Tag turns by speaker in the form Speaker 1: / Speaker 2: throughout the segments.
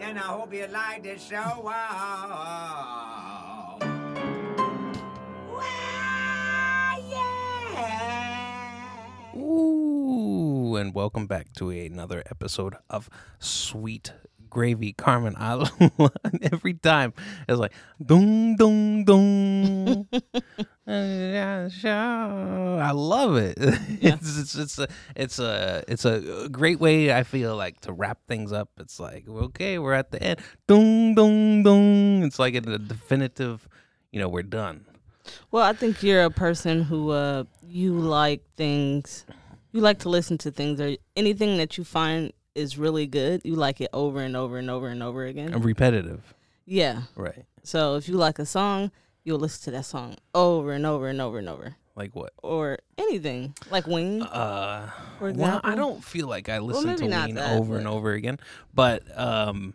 Speaker 1: and I hope you like the show. Wow. Wow, yeah.
Speaker 2: Ooh, and welcome back to another episode of Sweet Gravy, Carmen. I love- every time it's like dong dong dong. Uh, I love it. It's, it's it's a it's a it's a great way I feel like to wrap things up. It's like okay, we're at the end. Dong dong dong. It's like a definitive, you know, we're done.
Speaker 3: Well, I think you're a person who uh, you like things. You like to listen to things or anything that you find is really good. You like it over and over and over and over
Speaker 2: Um,
Speaker 3: again.
Speaker 2: repetitive,
Speaker 3: Yeah.
Speaker 2: right?
Speaker 3: So if you like a song, you'll listen to that song over and over and over and over.
Speaker 2: Like what?
Speaker 3: Or anything like Wing.
Speaker 2: Uh,
Speaker 3: For
Speaker 2: well, I
Speaker 3: example?
Speaker 2: don't feel like I listen
Speaker 3: maybe
Speaker 2: to
Speaker 3: not
Speaker 2: Ween
Speaker 3: that,
Speaker 2: over and
Speaker 3: but-
Speaker 2: over again, but um,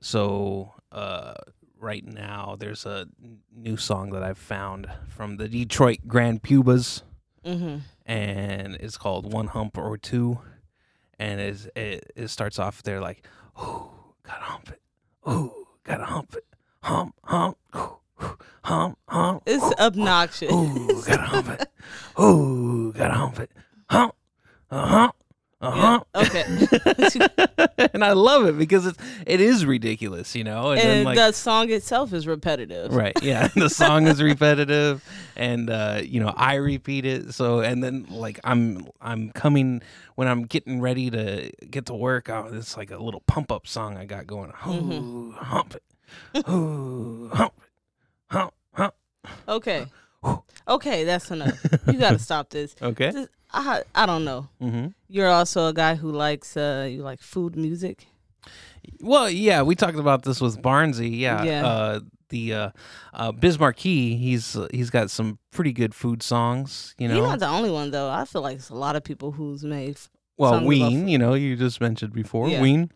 Speaker 2: so uh, right now there's a n- new song that I've found from the Detroit Grand Pubas,
Speaker 3: mm-hmm.
Speaker 2: and it's called One Hump or Two, and it's, it it starts off there like, ooh, gotta hump it, ooh, gotta hump it, hump hump, ooh, ooh, hump hump.
Speaker 3: It's obnoxious.
Speaker 2: Ooh, gotta hump it. Ooh, gotta hump it. Hump. Uh hump. Uh hump.
Speaker 3: okay.
Speaker 2: and I love it because it's it is ridiculous, you know. And, then
Speaker 3: and
Speaker 2: like
Speaker 3: the song itself is repetitive.
Speaker 2: right, yeah. The song is repetitive, and uh, you know I repeat it. So and then like I'm I'm coming when I'm getting ready to get to work. I, it's like a little pump up song I got going. Ooh, hump it. Ooh, hump it. Hump hump.
Speaker 3: Okay. Okay, that's enough. You got to stop this.
Speaker 2: Okay.
Speaker 3: This- I, I don't know.
Speaker 2: Mm-hmm.
Speaker 3: You're also a guy who likes uh you like food music.
Speaker 2: Well, yeah, we talked about this with Barnsey. Yeah,
Speaker 3: Yeah.
Speaker 2: Uh, the uh, uh, Bismarcky, he's uh, he's got some pretty good food songs. You
Speaker 3: You
Speaker 2: know,
Speaker 3: are not the only one though. I feel like it's a lot of people who's made. f-
Speaker 2: well,
Speaker 3: songs about
Speaker 2: Ween.
Speaker 3: food.
Speaker 2: You know, you just mentioned before
Speaker 3: Yeah.
Speaker 2: Ween.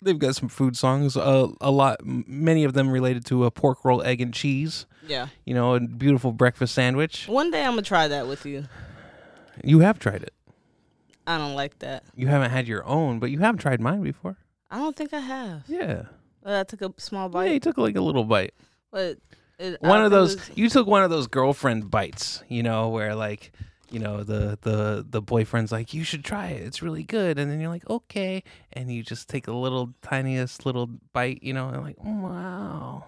Speaker 2: They've got some food songs. Uh, a lot, m- many of them related to a pork roll, egg and cheese.
Speaker 3: Yeah.
Speaker 2: You know, a beautiful breakfast sandwich.
Speaker 3: One day I'm gonna try that with you.
Speaker 2: You have tried it.
Speaker 3: I don't like that.
Speaker 2: You haven't had your own, but you have tried mine before.
Speaker 3: I don't think I have.
Speaker 2: Yeah,
Speaker 3: But I took a small
Speaker 2: yeah. You
Speaker 3: bite.
Speaker 2: took like a little bite.
Speaker 3: But it, I
Speaker 2: one of
Speaker 3: think it
Speaker 2: those
Speaker 3: was-
Speaker 2: you took one of those girlfriend bites you know where like you know the the the boyfriend's like you should try it it's really good and then you're like okay and you just take a little tiniest little bite you know and like wow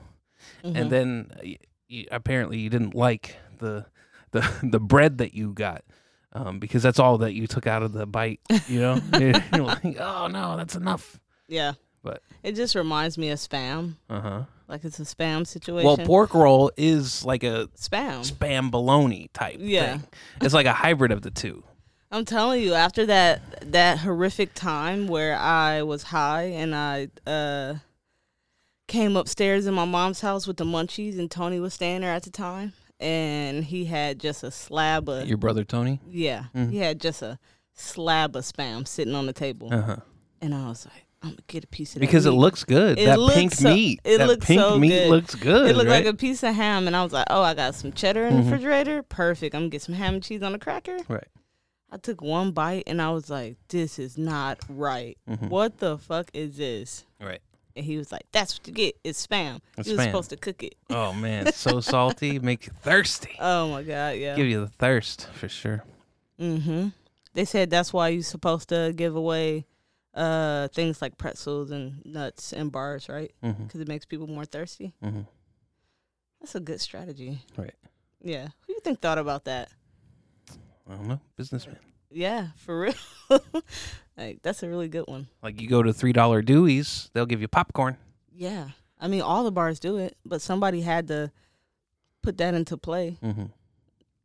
Speaker 3: Mhm.
Speaker 2: and then uh, y y apparently you didn't like the the the bread that you got um, because that's all that you took out of the bite you know you're like oh no that's enough
Speaker 3: yeah.
Speaker 2: but-
Speaker 3: it just reminds me of spam.
Speaker 2: uh-huh
Speaker 3: Like it's a spam situation.
Speaker 2: well pork roll is like a
Speaker 3: spam.
Speaker 2: spam bologna type
Speaker 3: Yeah.
Speaker 2: thing. It's like a hybrid of the two.
Speaker 3: I'm telling you, after that that horrific time where I was high and I uh, came upstairs in my mom's house with the munchies, and Tony was standing there at the time, and he had just a slab of
Speaker 2: Your brother Tony?
Speaker 3: yeah,
Speaker 2: Mm-hmm.
Speaker 3: he had just a slab of spam sitting on the table,
Speaker 2: Uh-huh.
Speaker 3: and I was like, I'm gonna get a piece of that
Speaker 2: Because it
Speaker 3: meat."
Speaker 2: looks good.
Speaker 3: It
Speaker 2: that
Speaker 3: looks
Speaker 2: pink
Speaker 3: so-
Speaker 2: meat.
Speaker 3: it
Speaker 2: that
Speaker 3: looks
Speaker 2: pink
Speaker 3: so
Speaker 2: meat
Speaker 3: good.
Speaker 2: looks good.
Speaker 3: It looked
Speaker 2: right? Mm-hmm.
Speaker 3: like a piece of ham, and I was like, "Oh, I got some cheddar in the refrigerator. Perfect. I'm gonna get some ham and cheese on a cracker."
Speaker 2: Right.
Speaker 3: I took one bite and I was like, "This is not right.
Speaker 2: Mm-hmm.
Speaker 3: What the fuck is this?"
Speaker 2: Right.
Speaker 3: And he was like, "That's what you get. It's spam.
Speaker 2: It's
Speaker 3: you were
Speaker 2: spam.
Speaker 3: supposed to cook it."
Speaker 2: Oh man, it's so salty, make you thirsty.
Speaker 3: Oh my god, yeah.
Speaker 2: Give you the thirst for sure.
Speaker 3: Mm-hmm. They said that's why you're supposed to give away uh things like pretzels and nuts and bars, right?
Speaker 2: Mm-hmm.
Speaker 3: Because it makes people more thirsty.
Speaker 2: Mm-hmm.
Speaker 3: That's a good strategy.
Speaker 2: Right.
Speaker 3: Yeah. Who you think thought about that?
Speaker 2: I don't know. Businessman.
Speaker 3: Yeah, for real. like that's a really good one.
Speaker 2: Like you go to three dollar Dewey's, they'll give you popcorn.
Speaker 3: Yeah. I mean, all the bars do it, but somebody had to put that into play.
Speaker 2: Mm-hmm.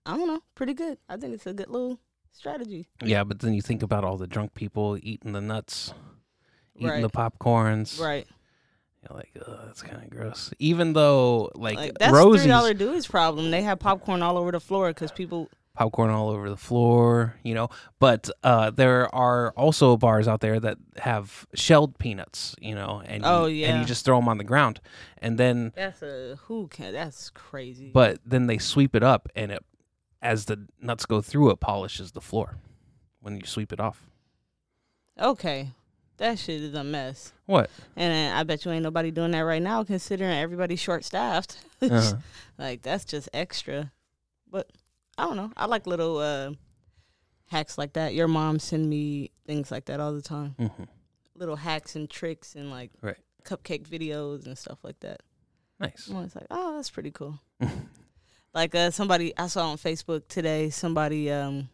Speaker 3: I don't know. Pretty good. I think it's a good little strategy.
Speaker 2: Yeah, but then you think about all the drunk people eating the nuts, eating
Speaker 3: Right.
Speaker 2: the popcorns.
Speaker 3: Right.
Speaker 2: You're like, Ugh, that's kind of gross. Even though like,
Speaker 3: Like that's
Speaker 2: Rosie's
Speaker 3: three dollar Dewey's problem. They have popcorn all over the floor because people.
Speaker 2: popcorn all over the floor, you know. But uh, there are also bars out there that have shelled peanuts, you know, and you-
Speaker 3: Oh,
Speaker 2: and
Speaker 3: yeah.
Speaker 2: you just throw them on the ground, and then
Speaker 3: That's a who can. That's crazy.
Speaker 2: but then they sweep it up, and it as the nuts go through, it polishes the floor when you sweep it off.
Speaker 3: okay, That shit is a mess.
Speaker 2: What?
Speaker 3: And I bet you ain't nobody doing that right now, considering everybody's short staffed.
Speaker 2: Uh-huh.
Speaker 3: like that's just extra. But I don't know. I like little uh, hacks like that. Your mom send me things like that all the time.
Speaker 2: hmm
Speaker 3: Little hacks and tricks and like
Speaker 2: Right.
Speaker 3: cupcake videos and stuff like that.
Speaker 2: Nice.
Speaker 3: I was like, oh, that's pretty cool. like uh, somebody I saw on Facebook today, somebody um,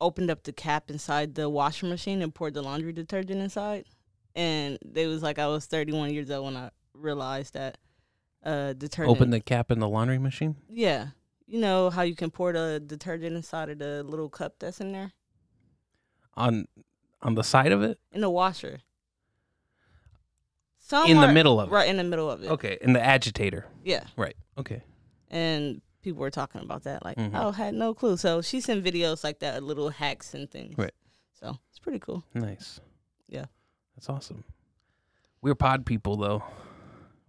Speaker 3: opened up the cap inside the washing machine and poured the laundry detergent inside, and they was like, I was 31 years old when I realized that uh, detergent.
Speaker 2: Open the cap in the laundry machine.
Speaker 3: yeah, you know how you can pour the detergent inside of the little cup that's in there
Speaker 2: on on the side of it
Speaker 3: in the washer.
Speaker 2: in the
Speaker 3: Somewhere-
Speaker 2: middle of
Speaker 3: right in the middle of it.
Speaker 2: it okay in the agitator
Speaker 3: Yeah.
Speaker 2: right okay
Speaker 3: and people were talking about that like
Speaker 2: Mhm.
Speaker 3: oh had no clue so she sent videos like that little hacks and things
Speaker 2: Right.
Speaker 3: so it's pretty cool
Speaker 2: nice
Speaker 3: Yeah.
Speaker 2: that's awesome we're pod people though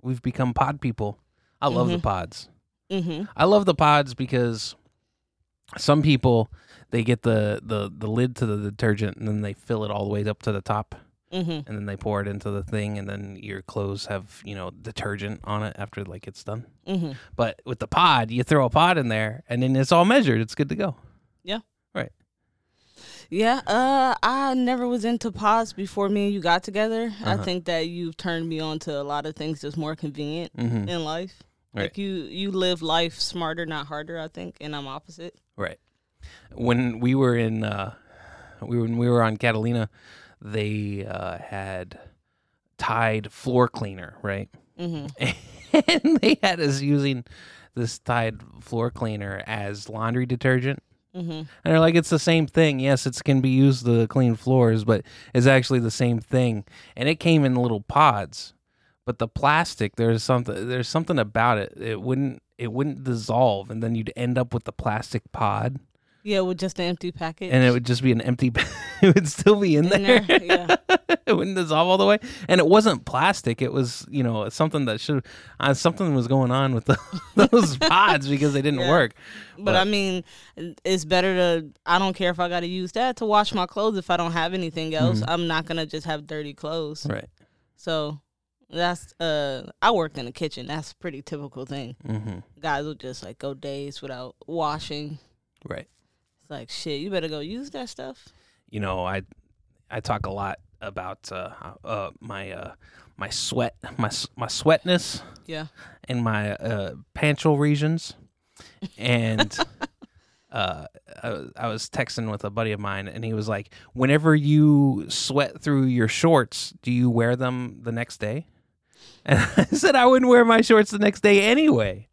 Speaker 2: we've become pod people i love the
Speaker 3: Mhm.
Speaker 2: pods
Speaker 3: mm-hmm
Speaker 2: i love the pods because some people they get the the the lid to the detergent and then they fill it all the way up to the top
Speaker 3: mm-hmm
Speaker 2: and then they pour it into the thing and then your clothes have you know detergent on it after like it's done
Speaker 3: mm-hmm
Speaker 2: But with the pod, you throw a pod in there, and then it's all measured. It's good to go.
Speaker 3: yeah uh i never was into pods before me and you got together i
Speaker 2: Uh-huh.
Speaker 3: think that you've turned me on to a lot of things that's more convenient
Speaker 2: Mm-hmm.
Speaker 3: in life
Speaker 2: Right.
Speaker 3: like you you live life smarter not harder i think and i'm opposite
Speaker 2: Right. When we were in, uh, we when we were on Catalina, they uh, had Tide floor cleaner, right?
Speaker 3: mm-hmm
Speaker 2: and they had us using this Tide floor cleaner as laundry detergent.
Speaker 3: mm-hmm
Speaker 2: And they're like, it's the same thing. Yes, it can be used to clean floors, but it's actually the same thing. And it came in little pods, but the plastic there's something there's something about it. It wouldn't it wouldn't dissolve, and then you'd end up with the plastic pod,
Speaker 3: yeah with just an empty package
Speaker 2: and it would just be an empty. it would still be in
Speaker 3: in
Speaker 2: there.
Speaker 3: there yeah
Speaker 2: it wouldn't dissolve all the way, and it wasn't plastic. It was you know something that should uh, something was going on with the, those pods because they didn't
Speaker 3: Yeah.
Speaker 2: work.
Speaker 3: But I mean, it's better to. I don't care if I got to use that to wash my clothes if I don't have anything else. I'm not gonna just have dirty clothes.
Speaker 2: Mm-hmm. Right.
Speaker 3: So that's uh, I worked in the kitchen. That's a pretty typical thing.
Speaker 2: Mm-hmm.
Speaker 3: Guys will just like go days without washing.
Speaker 2: Right.
Speaker 3: It's like shit. You better go use that stuff.
Speaker 2: you know, I I talk a lot about uh, uh, my uh, my sweat, my s- my sweatness
Speaker 3: Yeah.
Speaker 2: in my uh, panchal regions, and uh, I, was- I was texting with a buddy of mine, and he was like, "Whenever you sweat through your shorts, do you wear them the next day?" And I said, "I wouldn't wear my shorts the next day anyway."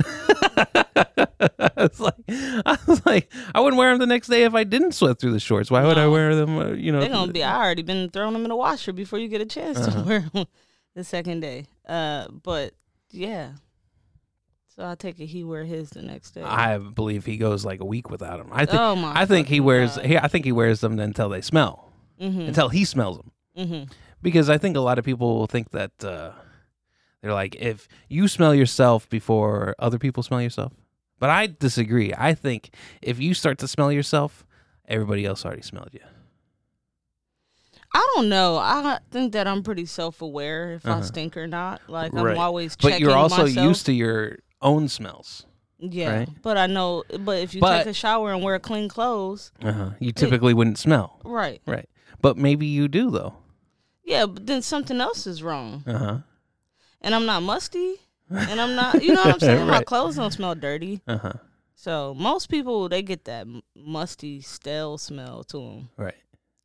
Speaker 2: I was like, I was like, I wouldn't wear them the next day if I didn't sweat through the shorts. Why would I
Speaker 3: No.
Speaker 2: wear them? uh, You know,
Speaker 3: They're gonna be. I already been throwing them in the washer before you get a chance
Speaker 2: Uh-huh.
Speaker 3: to wear 'em the second day. Uh, but yeah. So I take it he wear his the next day.
Speaker 2: I believe he goes like a week without them. I think.
Speaker 3: oh my.
Speaker 2: I think he
Speaker 3: fucking
Speaker 2: wears.
Speaker 3: God.
Speaker 2: He, I think he wears them until they smell,
Speaker 3: Mm-hmm.
Speaker 2: Mm. until he smells them.
Speaker 3: Mm-hmm.
Speaker 2: Because I think a lot of people will think that uh, they're like, if you smell yourself before other people smell yourself. But I disagree. I think if you start to smell yourself, everybody else already smelled you.
Speaker 3: I don't know. I think that I'm pretty self aware if I
Speaker 2: Uh-huh.
Speaker 3: stink or not. Like
Speaker 2: Right.
Speaker 3: I'm always checking
Speaker 2: But you're also
Speaker 3: myself.
Speaker 2: used to your own smells.
Speaker 3: yeah.
Speaker 2: right?
Speaker 3: But I know. But if you
Speaker 2: But-
Speaker 3: take a shower and wear clean clothes,
Speaker 2: Uh-huh. You typically wouldn't smell,
Speaker 3: right?
Speaker 2: right? But maybe you do though.
Speaker 3: Yeah. But then something else is wrong,
Speaker 2: Uh huh.
Speaker 3: and I'm not musty, and I'm not. You know what I'm saying? My
Speaker 2: Right.
Speaker 3: clothes don't smell dirty.
Speaker 2: Uh huh.
Speaker 3: So most people they get that m- musty, stale smell to them.
Speaker 2: Right.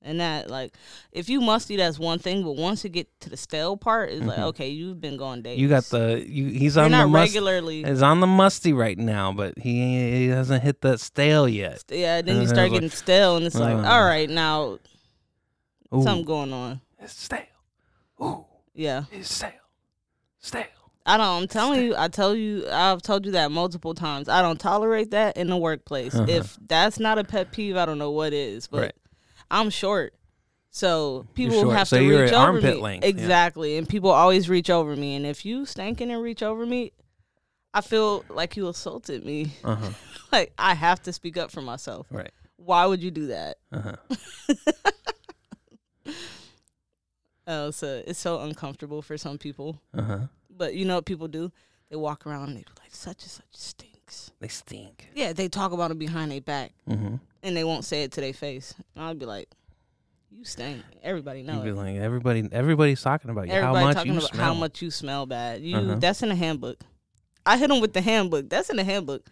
Speaker 3: And that, like, if you musty, that's one thing. But once you get to the stale part, it's like, okay, you've been going days.
Speaker 2: Mm-hmm. You got the you. He's
Speaker 3: You're
Speaker 2: on the
Speaker 3: not
Speaker 2: must.
Speaker 3: regularly.
Speaker 2: He's on the musty right now, but he ain't- he hasn't hit that stale yet.
Speaker 3: Yeah, then you
Speaker 2: And I
Speaker 3: start
Speaker 2: was like,
Speaker 3: getting stale, and it's like,
Speaker 2: "Uh,
Speaker 3: all right, now
Speaker 2: Ooh,
Speaker 3: something going on.
Speaker 2: it's stale. Ooh,
Speaker 3: Yeah,
Speaker 2: it's stale. Stale.
Speaker 3: I don't. I'm telling you, I tell you, I've told you that multiple times. I don't tolerate that in the workplace. If that's not a pet peeve, I don't know what is. But
Speaker 2: Uh-huh. Right.
Speaker 3: I'm short, so people
Speaker 2: short,
Speaker 3: have
Speaker 2: so
Speaker 3: to
Speaker 2: you're
Speaker 3: reach
Speaker 2: at
Speaker 3: over
Speaker 2: armpit
Speaker 3: me
Speaker 2: length, yeah.
Speaker 3: exactly, and people always reach over me. And if you stankin' and reach over me, I feel like you assaulted me.
Speaker 2: Uh huh.
Speaker 3: like I have to speak up for myself.
Speaker 2: Right. Uh-huh.
Speaker 3: Why would you do that?
Speaker 2: Uh huh.
Speaker 3: Oh, so it's so uncomfortable for some people.
Speaker 2: Uh huh.
Speaker 3: But you know what people do? They walk around and they be like, such and such stinks.
Speaker 2: They stink.
Speaker 3: Yeah, they talk about it behind their back
Speaker 2: Mm-hmm.
Speaker 3: and they won't say it to their face. And I'll be like, you stink. Everybody
Speaker 2: You'd be
Speaker 3: knows.
Speaker 2: like everybody. Everybody's talking about you.
Speaker 3: Everybody
Speaker 2: how much
Speaker 3: talking
Speaker 2: you
Speaker 3: about
Speaker 2: smell.
Speaker 3: how much you smell bad. You
Speaker 2: Uh-huh.
Speaker 3: that's in the handbook. I hit them with the handbook. That's in the handbook.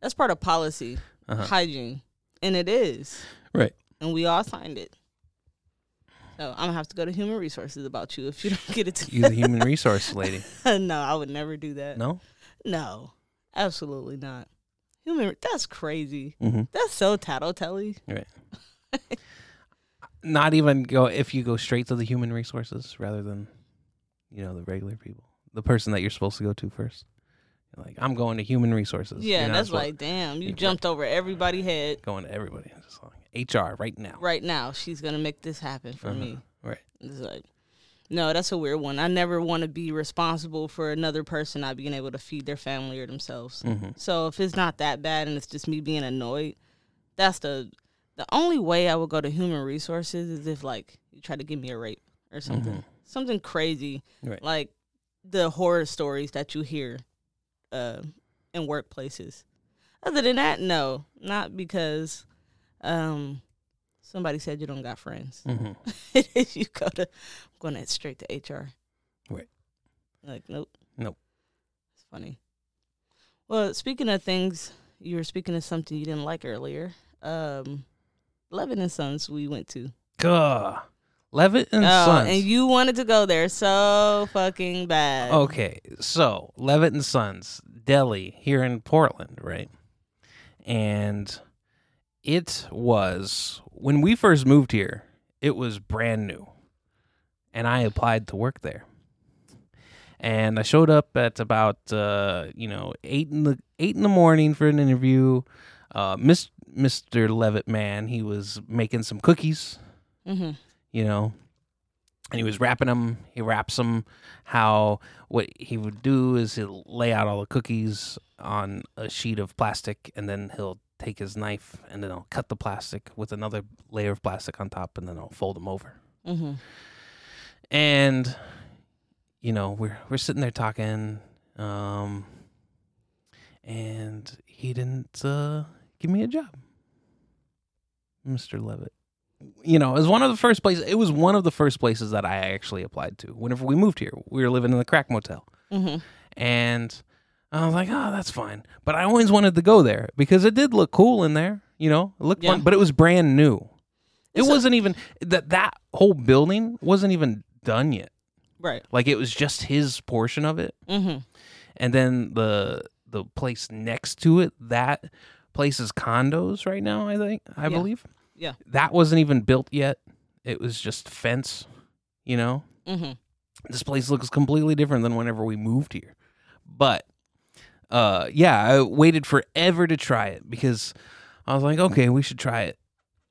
Speaker 3: That's part of policy,
Speaker 2: Uh-huh.
Speaker 3: hygiene, and it is.
Speaker 2: Right.
Speaker 3: And we all signed it. So I'm gonna have to go to human resources about you if you don't get it. To-
Speaker 2: You're the human resource lady.
Speaker 3: no, I would never do that.
Speaker 2: No.
Speaker 3: No, absolutely not. Human, that's crazy.
Speaker 2: Mm-hmm.
Speaker 3: That's so tattletally.
Speaker 2: Right. Not even go if you go straight to the human resources rather than, you know, the regular people, the person that you're supposed to go to first. You're like I'm going to human resources.
Speaker 3: Yeah,
Speaker 2: You're not
Speaker 3: that's
Speaker 2: supposed-
Speaker 3: like, damn, you
Speaker 2: you're-
Speaker 3: jumped over everybody's head.
Speaker 2: going to everybody. I'm just like HR right now.
Speaker 3: Right now, she's gonna make this happen for
Speaker 2: Uh-huh.
Speaker 3: me.
Speaker 2: Right.
Speaker 3: It's like, no, that's a weird one. I never want to be responsible for another person not being able to feed their family or themselves.
Speaker 2: Mm-hmm.
Speaker 3: So if it's not that bad and it's just me being annoyed, that's the the only way I would go to human resources is if like you try to give me a rape or something,
Speaker 2: Mhm.
Speaker 3: something crazy,
Speaker 2: Right.
Speaker 3: like the horror stories that you hear uh, in workplaces. Other than that, no, not because um, somebody said you don't got friends.
Speaker 2: Mm-hmm.
Speaker 3: you go to I'm going to straight to HR.
Speaker 2: Right.
Speaker 3: Like, nope.
Speaker 2: Nope.
Speaker 3: It's funny. Well, speaking of things, you were speaking of something you didn't like earlier. Um Levin and Sons we went to.
Speaker 2: Gah. Levitt and
Speaker 3: oh,
Speaker 2: Sons.
Speaker 3: and you wanted to go there so fucking bad.
Speaker 2: Okay, so Levitt and Sons Deli here in Portland, right? And it was when we first moved here, it was brand new. And I applied to work there. And I showed up at about uh, you know, 8 in the 8 in the morning for an interview. Uh, Miss, Mr. Levitt man, he was making some cookies
Speaker 3: Mhm.
Speaker 2: you know. And he was wrapping them. He wraps them. How what he would do is he'll lay out all the cookies on a sheet of plastic, and then he'll take his knife and then he'll cut the plastic with another layer of plastic on top, and then he'll fold them over.
Speaker 3: Mhm.
Speaker 2: And you know we're we're sitting there talking, um, and he didn't uh, give me a job, Mister Levitt you know, it was one of the first places. It was one of the first places that I actually applied to. Whenever we moved here, we were living in the crack motel,
Speaker 3: Mhm.
Speaker 2: and I was like, "Oh, that's fine." But I always wanted to go there because it did look cool in there. You know, it looked
Speaker 3: Yeah.
Speaker 2: fun, but it was brand new. It
Speaker 3: So-
Speaker 2: wasn't even that that whole building wasn't even done yet.
Speaker 3: Right.
Speaker 2: Like it was just his portion of it,
Speaker 3: Mhm.
Speaker 2: and then the the place next to it, that place is condos right now. I think I
Speaker 3: Yeah.
Speaker 2: believe
Speaker 3: Yeah.
Speaker 2: that wasn't even built yet. It was just fence, you know.
Speaker 3: Mhm.
Speaker 2: This place looks completely different than whenever we moved here. But uh yeah, I waited forever to try it because I was like, okay, we should try it.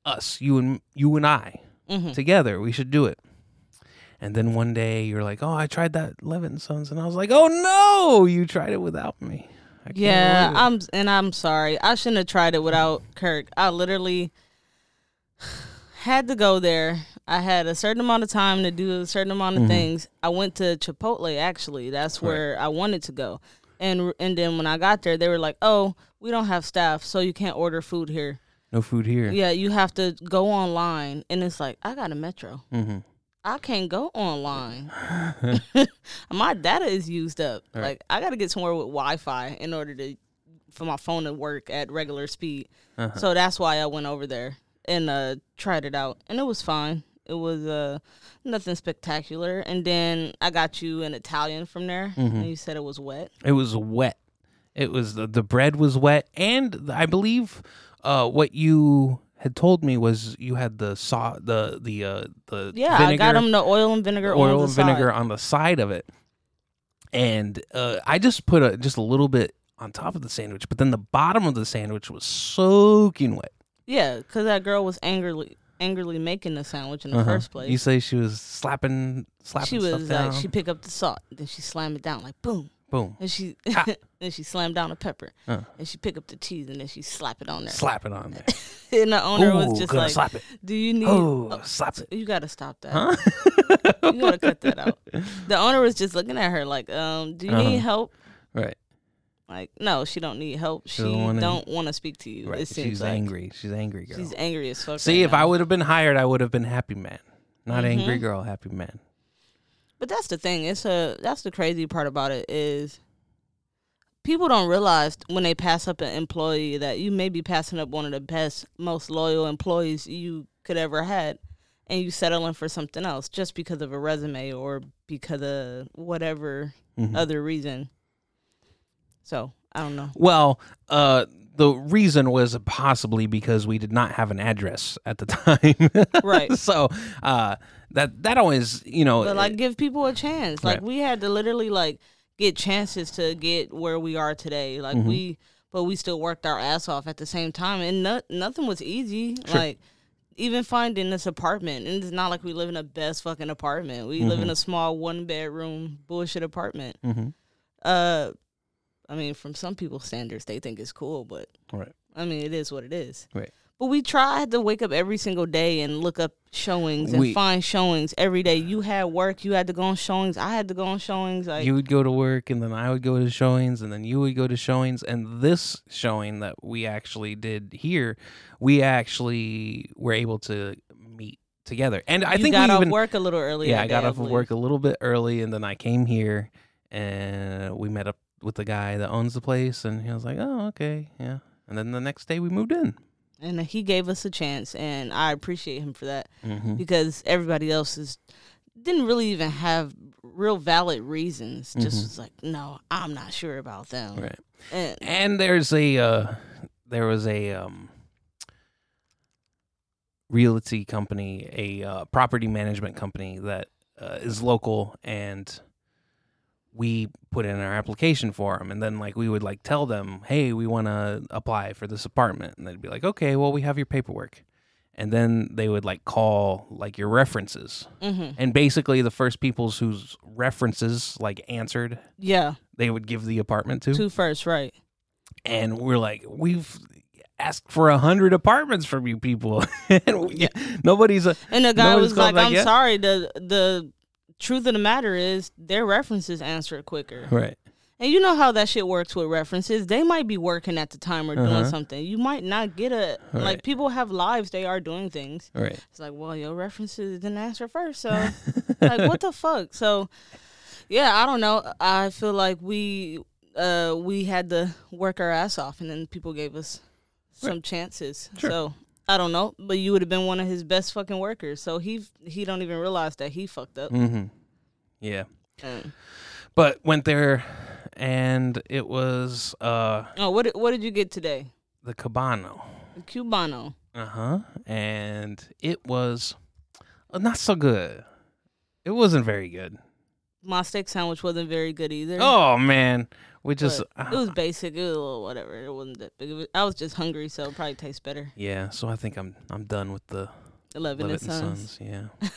Speaker 2: Us, you and you and I
Speaker 3: Mhm.
Speaker 2: together. We should do it. And then one day you're like, "Oh, I tried that Levin Sons," and I was like, "Oh no, you tried it without me." I can't
Speaker 3: Yeah,
Speaker 2: believe it.
Speaker 3: I'm and I'm sorry. I shouldn't have tried it without Kirk. I literally had to go there. I had a certain amount of time to do a certain amount of things. I went to Chipotle actually. That's where I wanted to go. And and then when I got there, they were like, "Oh, we don't have staff, so you can't order food here.
Speaker 2: no food here.
Speaker 3: Yeah, you have to go online." And it's like, "I got a Metro.
Speaker 2: hmm
Speaker 3: I can't go online. my data is used up. Like I got to get somewhere with Wi-Fi in order to for my phone to work at regular speed.
Speaker 2: Uh-huh.
Speaker 3: So that's why I went over there and uh, tried it out, and it was fine. It was uh, nothing spectacular. And then I got you an Italian from there,
Speaker 2: Mm-hmm.
Speaker 3: and you said it was wet.
Speaker 2: It was wet. It was the, the bread was wet, and I believe uh, what you had told me was you had the saw the the uh, the
Speaker 3: Yeah, I got them the oil and vinegar. on
Speaker 2: oil
Speaker 3: the
Speaker 2: and vinegar
Speaker 3: side.
Speaker 2: on the side of it, and uh, I just put a just a little bit on top of the sandwich, but then the bottom of the sandwich was soaking wet.
Speaker 3: Yeah, because that girl was angrily angrily making the sandwich in the
Speaker 2: Uh-huh.
Speaker 3: first place.
Speaker 2: you say she was slapping slapping
Speaker 3: she
Speaker 2: stuff
Speaker 3: was
Speaker 2: down.
Speaker 3: like she pick up the salt, then she slam it down like boom,
Speaker 2: Boom,
Speaker 3: and she
Speaker 2: Ah.
Speaker 3: and she slammed down the pepper,
Speaker 2: Uh.
Speaker 3: and she pick up the cheese, and then she slap it on there.
Speaker 2: slap it on there.
Speaker 3: and the owner was
Speaker 2: Ooh,
Speaker 3: just
Speaker 2: gonna
Speaker 3: like,
Speaker 2: slap it.
Speaker 3: "Do you need?
Speaker 2: Oh, slap it.
Speaker 3: You gotta stop that.
Speaker 2: Huh? out.
Speaker 3: You gotta cut that out. The owner was just looking at her like, um, do you
Speaker 2: Uh-huh.
Speaker 3: need help?
Speaker 2: Right.
Speaker 3: Like, no, she don't need help. She
Speaker 2: doesn't wanna-
Speaker 3: don't want to speak to you.
Speaker 2: Right.
Speaker 3: It seems
Speaker 2: She's
Speaker 3: like
Speaker 2: angry. She's angry girl.
Speaker 3: she's angry as fuck.
Speaker 2: See,
Speaker 3: right
Speaker 2: if
Speaker 3: now. Mm-hmm.
Speaker 2: I would have been hired, I would have been happy man, not angry girl. Happy man.
Speaker 3: But that's the thing. It's a that's the crazy part about it is people don't realize when they pass up an employee that you may be passing up one of the best, most loyal employees you could ever had, and you settling for something else just because of a resume or because of whatever
Speaker 2: Mhm.
Speaker 3: other reason. So I don't know.
Speaker 2: Well, uh, the reason was possibly because we did not have an address at the time.
Speaker 3: Right.
Speaker 2: so uh, that that always, you know,
Speaker 3: But like, give people a chance. Like
Speaker 2: Right.
Speaker 3: we had to literally like get chances to get where we are today. Like we, but we still worked our ass off at the same time, and no, nothing was easy. Like even finding this apartment, and it's not like we live in the best fucking apartment. We live in a small one bedroom bullshit apartment.
Speaker 2: Mhm.
Speaker 3: Uh, I mean, from some people's standards, they think it's cool, but
Speaker 2: right,
Speaker 3: I mean, it is what it is.
Speaker 2: right.
Speaker 3: But we tried to wake up every single day and look up showings and
Speaker 2: We-
Speaker 3: find showings every day. You had work, you had to go on showings. I had to go on showings. Like
Speaker 2: you would go to work, and then I would go to showings, and then you would go to showings, and this showing that we actually did here, we actually were able to meet together, and I
Speaker 3: you
Speaker 2: think
Speaker 3: got
Speaker 2: we
Speaker 3: off
Speaker 2: even
Speaker 3: work a little early.
Speaker 2: yeah,
Speaker 3: that
Speaker 2: I got
Speaker 3: day,
Speaker 2: off of
Speaker 3: believe.
Speaker 2: work a little bit early, and then I came here, and we met up with the guy that owns the place, and he was like, "Oh, okay, yeah." And then the next day we moved in.
Speaker 3: and he gave us a chance, and I appreciate him for that
Speaker 2: Mm-hmm.
Speaker 3: because everybody else is didn't really even have real valid reasons. Just was like, no, I'm not sure about them.
Speaker 2: Mm-hmm. Right.
Speaker 3: And
Speaker 2: And there's a uh, there was a um, realty company, a uh, property management company that uh, is local, and we put in our application for them, and then like we would like tell them, hey, we want to apply for this apartment, and they'd be like, okay, well, we have your paperwork. And then they would like call like your references,
Speaker 3: mhm.
Speaker 2: and basically the first people's whose references like answered,
Speaker 3: yeah,
Speaker 2: they would give the apartment to
Speaker 3: two first, right?
Speaker 2: and we're like, we've asked for a hundred apartments from you people, and we, nobody's uh, a
Speaker 3: And the guy
Speaker 2: Nobody's
Speaker 3: was like,
Speaker 2: called back
Speaker 3: "I'm
Speaker 2: yet?
Speaker 3: sorry." The the truth of the matter is, their references answered quicker.
Speaker 2: right.
Speaker 3: And you know how that shit works with references. They might be working at the time or doing something. You might not get a like.
Speaker 2: Uh-huh. Right.
Speaker 3: People have lives. They are doing things.
Speaker 2: Right.
Speaker 3: It's like, well, your references didn't answer first, so like, what the fuck? So, yeah, I don't know. I feel like we uh we had to work our ass off, and then people gave us some chances. So I don't know, but you would have been one of his best fucking workers. So he he don't even realize that he fucked up.
Speaker 2: Mm-hmm. Yeah.
Speaker 3: Mm.
Speaker 2: But went there, and it was uh
Speaker 3: Oh, what did- what did you get today?
Speaker 2: the Cabano.
Speaker 3: Cubano.
Speaker 2: Uh
Speaker 3: Uh-huh.
Speaker 2: huh. And it was uh, not so good. It wasn't very good.
Speaker 3: my steak sandwich wasn't very good either.
Speaker 2: Oh man, we
Speaker 3: but
Speaker 2: just
Speaker 3: it
Speaker 2: uh,
Speaker 3: was basic. It was a little whatever. It wasn't that big. Of a, I was just hungry, so it probably tastes better.
Speaker 2: yeah. So I think I'm I'm done with the
Speaker 3: Eleven
Speaker 2: Levitt and
Speaker 3: and Sons.
Speaker 2: Sons. Yeah.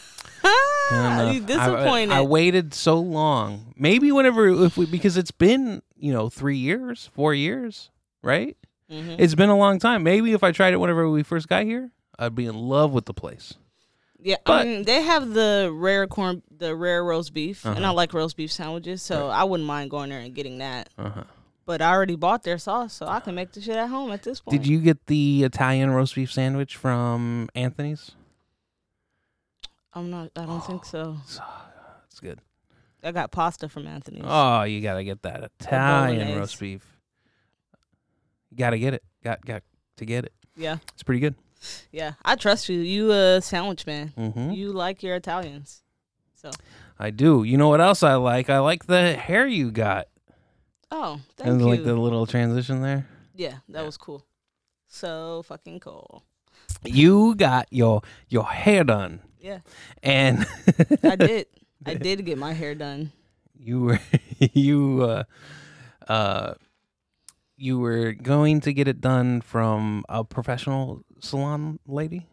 Speaker 3: Ah,
Speaker 2: enough.
Speaker 3: you
Speaker 2: I- uh,
Speaker 3: disappointed.
Speaker 2: I, waited so long. Maybe whenever if we because it's been you know three years, four years, right?
Speaker 3: Mhm.
Speaker 2: It's been a long time. Maybe if I tried it whenever we first got here, I'd be in love with the place.
Speaker 3: yeah,
Speaker 2: but-
Speaker 3: I mean, they have the rare corn, the rare roast beef,
Speaker 2: Uh-huh.
Speaker 3: and I like roast beef sandwiches, so I wouldn't mind going there and getting that.
Speaker 2: Uh huh.
Speaker 3: But I already bought their sauce, so I can make the shit at home at this point.
Speaker 2: Did you get the Italian roast beef sandwich from Anthony's?
Speaker 3: I'm not. I don't
Speaker 2: Oh.
Speaker 3: think so.
Speaker 2: That's good.
Speaker 3: I got pasta from Anthony's.
Speaker 2: Oh, you gotta get that Italian
Speaker 3: bolognese.
Speaker 2: roast beef. Gotta get it. Got got to get it.
Speaker 3: Yeah,
Speaker 2: It's pretty good.
Speaker 3: yeah. I trust you. You a sandwich man.
Speaker 2: Mm-hmm.
Speaker 3: You like your Italians. So
Speaker 2: I do. You know what else I like? I like the hair you got.
Speaker 3: oh, thank
Speaker 2: And
Speaker 3: you.
Speaker 2: like the little transition there.
Speaker 3: Yeah, that was cool. So fucking cool.
Speaker 2: You got your your hair done,
Speaker 3: Yeah,
Speaker 2: and
Speaker 3: I did. I did get my hair done.
Speaker 2: you were you uh, uh you were going to get it done from a professional salon lady,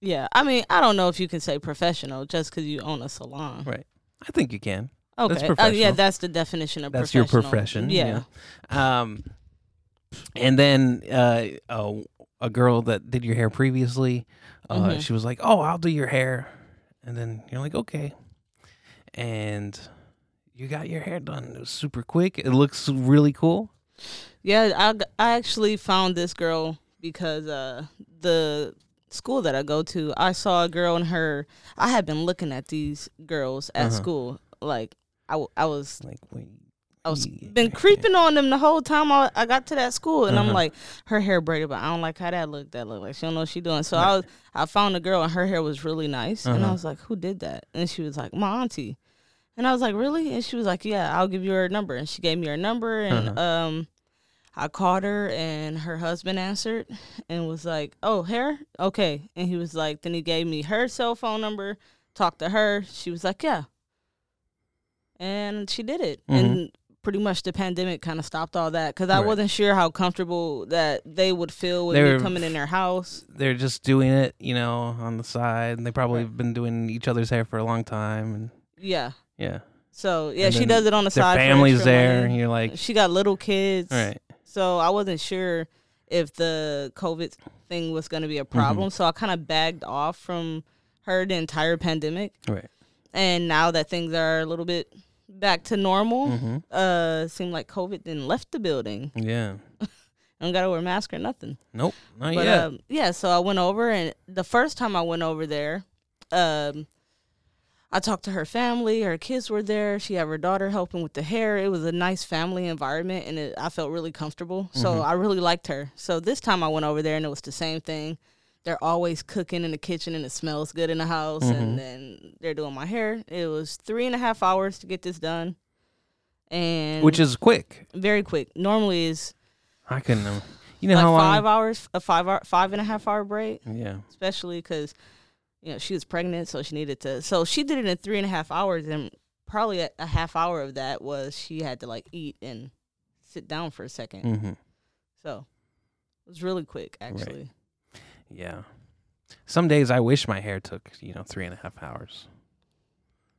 Speaker 3: Yeah, I mean, I don't know if you can say professional just because you own a salon.
Speaker 2: right? I think you can.
Speaker 3: Okay,
Speaker 2: That's
Speaker 3: Oh, yeah,
Speaker 2: professional.
Speaker 3: that's the definition of
Speaker 2: That's your
Speaker 3: professional.
Speaker 2: profession.
Speaker 3: Yeah.
Speaker 2: yeah. Um, and then uh, a, a girl that did your hair
Speaker 3: Mm-hmm.
Speaker 2: previously, uh, she was like, "Oh, I'll do your hair," and then you're like, "Okay." and you got your hair done. It was super quick. It looks really cool.
Speaker 3: Yeah, I, g- I actually found this girl because uh, the school that I go to, I saw a girl and her. I had been looking at these girls at
Speaker 2: Uh-huh.
Speaker 3: school. Like, I, w- I was
Speaker 2: Like when
Speaker 3: I was
Speaker 2: Yeah.
Speaker 3: been creeping on them the whole time I, I got to that school, and I'm like, her hair braided, but I don't like how that looked. That looked like she don't know what she doing. So I was, I found a girl, and her hair was really nice, and I was like, who did that? And she was like, my auntie, and I was like, really? And she was like, yeah, I'll give you her number, and she gave me her number, and um, I called her, and her husband answered, and was like, oh, hair, okay, and he was like, then he gave me her cell phone number, talked to her, she was like, yeah, and she did it, and pretty much the pandemic kind of stopped all that because I
Speaker 2: Right.
Speaker 3: wasn't sure how comfortable that they would feel with
Speaker 2: They
Speaker 3: me
Speaker 2: were-
Speaker 3: coming in their house.
Speaker 2: they're just doing it, you know, on the side, and they probably have been doing each other's hair for a long time, and
Speaker 3: Yeah.
Speaker 2: yeah,
Speaker 3: So yeah,
Speaker 2: And
Speaker 3: she
Speaker 2: then
Speaker 3: does it on the
Speaker 2: their
Speaker 3: side. for
Speaker 2: family's
Speaker 3: extra
Speaker 2: there, and
Speaker 3: money.
Speaker 2: you're like,
Speaker 3: She got little kids,
Speaker 2: all right,
Speaker 3: so I wasn't sure if the COVID thing was going to be
Speaker 2: Mm-hmm.
Speaker 3: a problem. So I kind of bagged off from her the entire pandemic,
Speaker 2: all right,
Speaker 3: and now that things are a little bit back to normal,
Speaker 2: Mhm.
Speaker 3: uh, seemed like COVID then left the building.
Speaker 2: yeah,
Speaker 3: I don't got to wear a mask or nothing.
Speaker 2: nope, not
Speaker 3: But
Speaker 2: yet.
Speaker 3: um, yeah, so I went over, and the first time I went over there, um, I talked to her family. Her kids were there. She had her daughter helping with the hair. It was a nice family environment, and it, I felt really comfortable. So
Speaker 2: Mm-hmm.
Speaker 3: I really liked her. So this time I went over there, and it was the same thing. They're always cooking in the kitchen, and it smells good in the house.
Speaker 2: Mm-hmm.
Speaker 3: And then they're doing my hair. It was three and a half hours to get this done, and
Speaker 2: Which is quick.
Speaker 3: very quick. Normally is
Speaker 2: I couldn't. Know. You know
Speaker 3: like
Speaker 2: how
Speaker 3: five
Speaker 2: long?
Speaker 3: hours, a five hour, five and a half hour break
Speaker 2: Yeah,
Speaker 3: especially because you know she was pregnant, so she needed to. So she did it in three and a half hours, and probably a, a half hour of that was she had to like eat and sit down for a 2nd
Speaker 2: mm-hmm.
Speaker 3: So it was really quick, actually.
Speaker 2: yeah. Some days I wish my hair took you know three and a half hours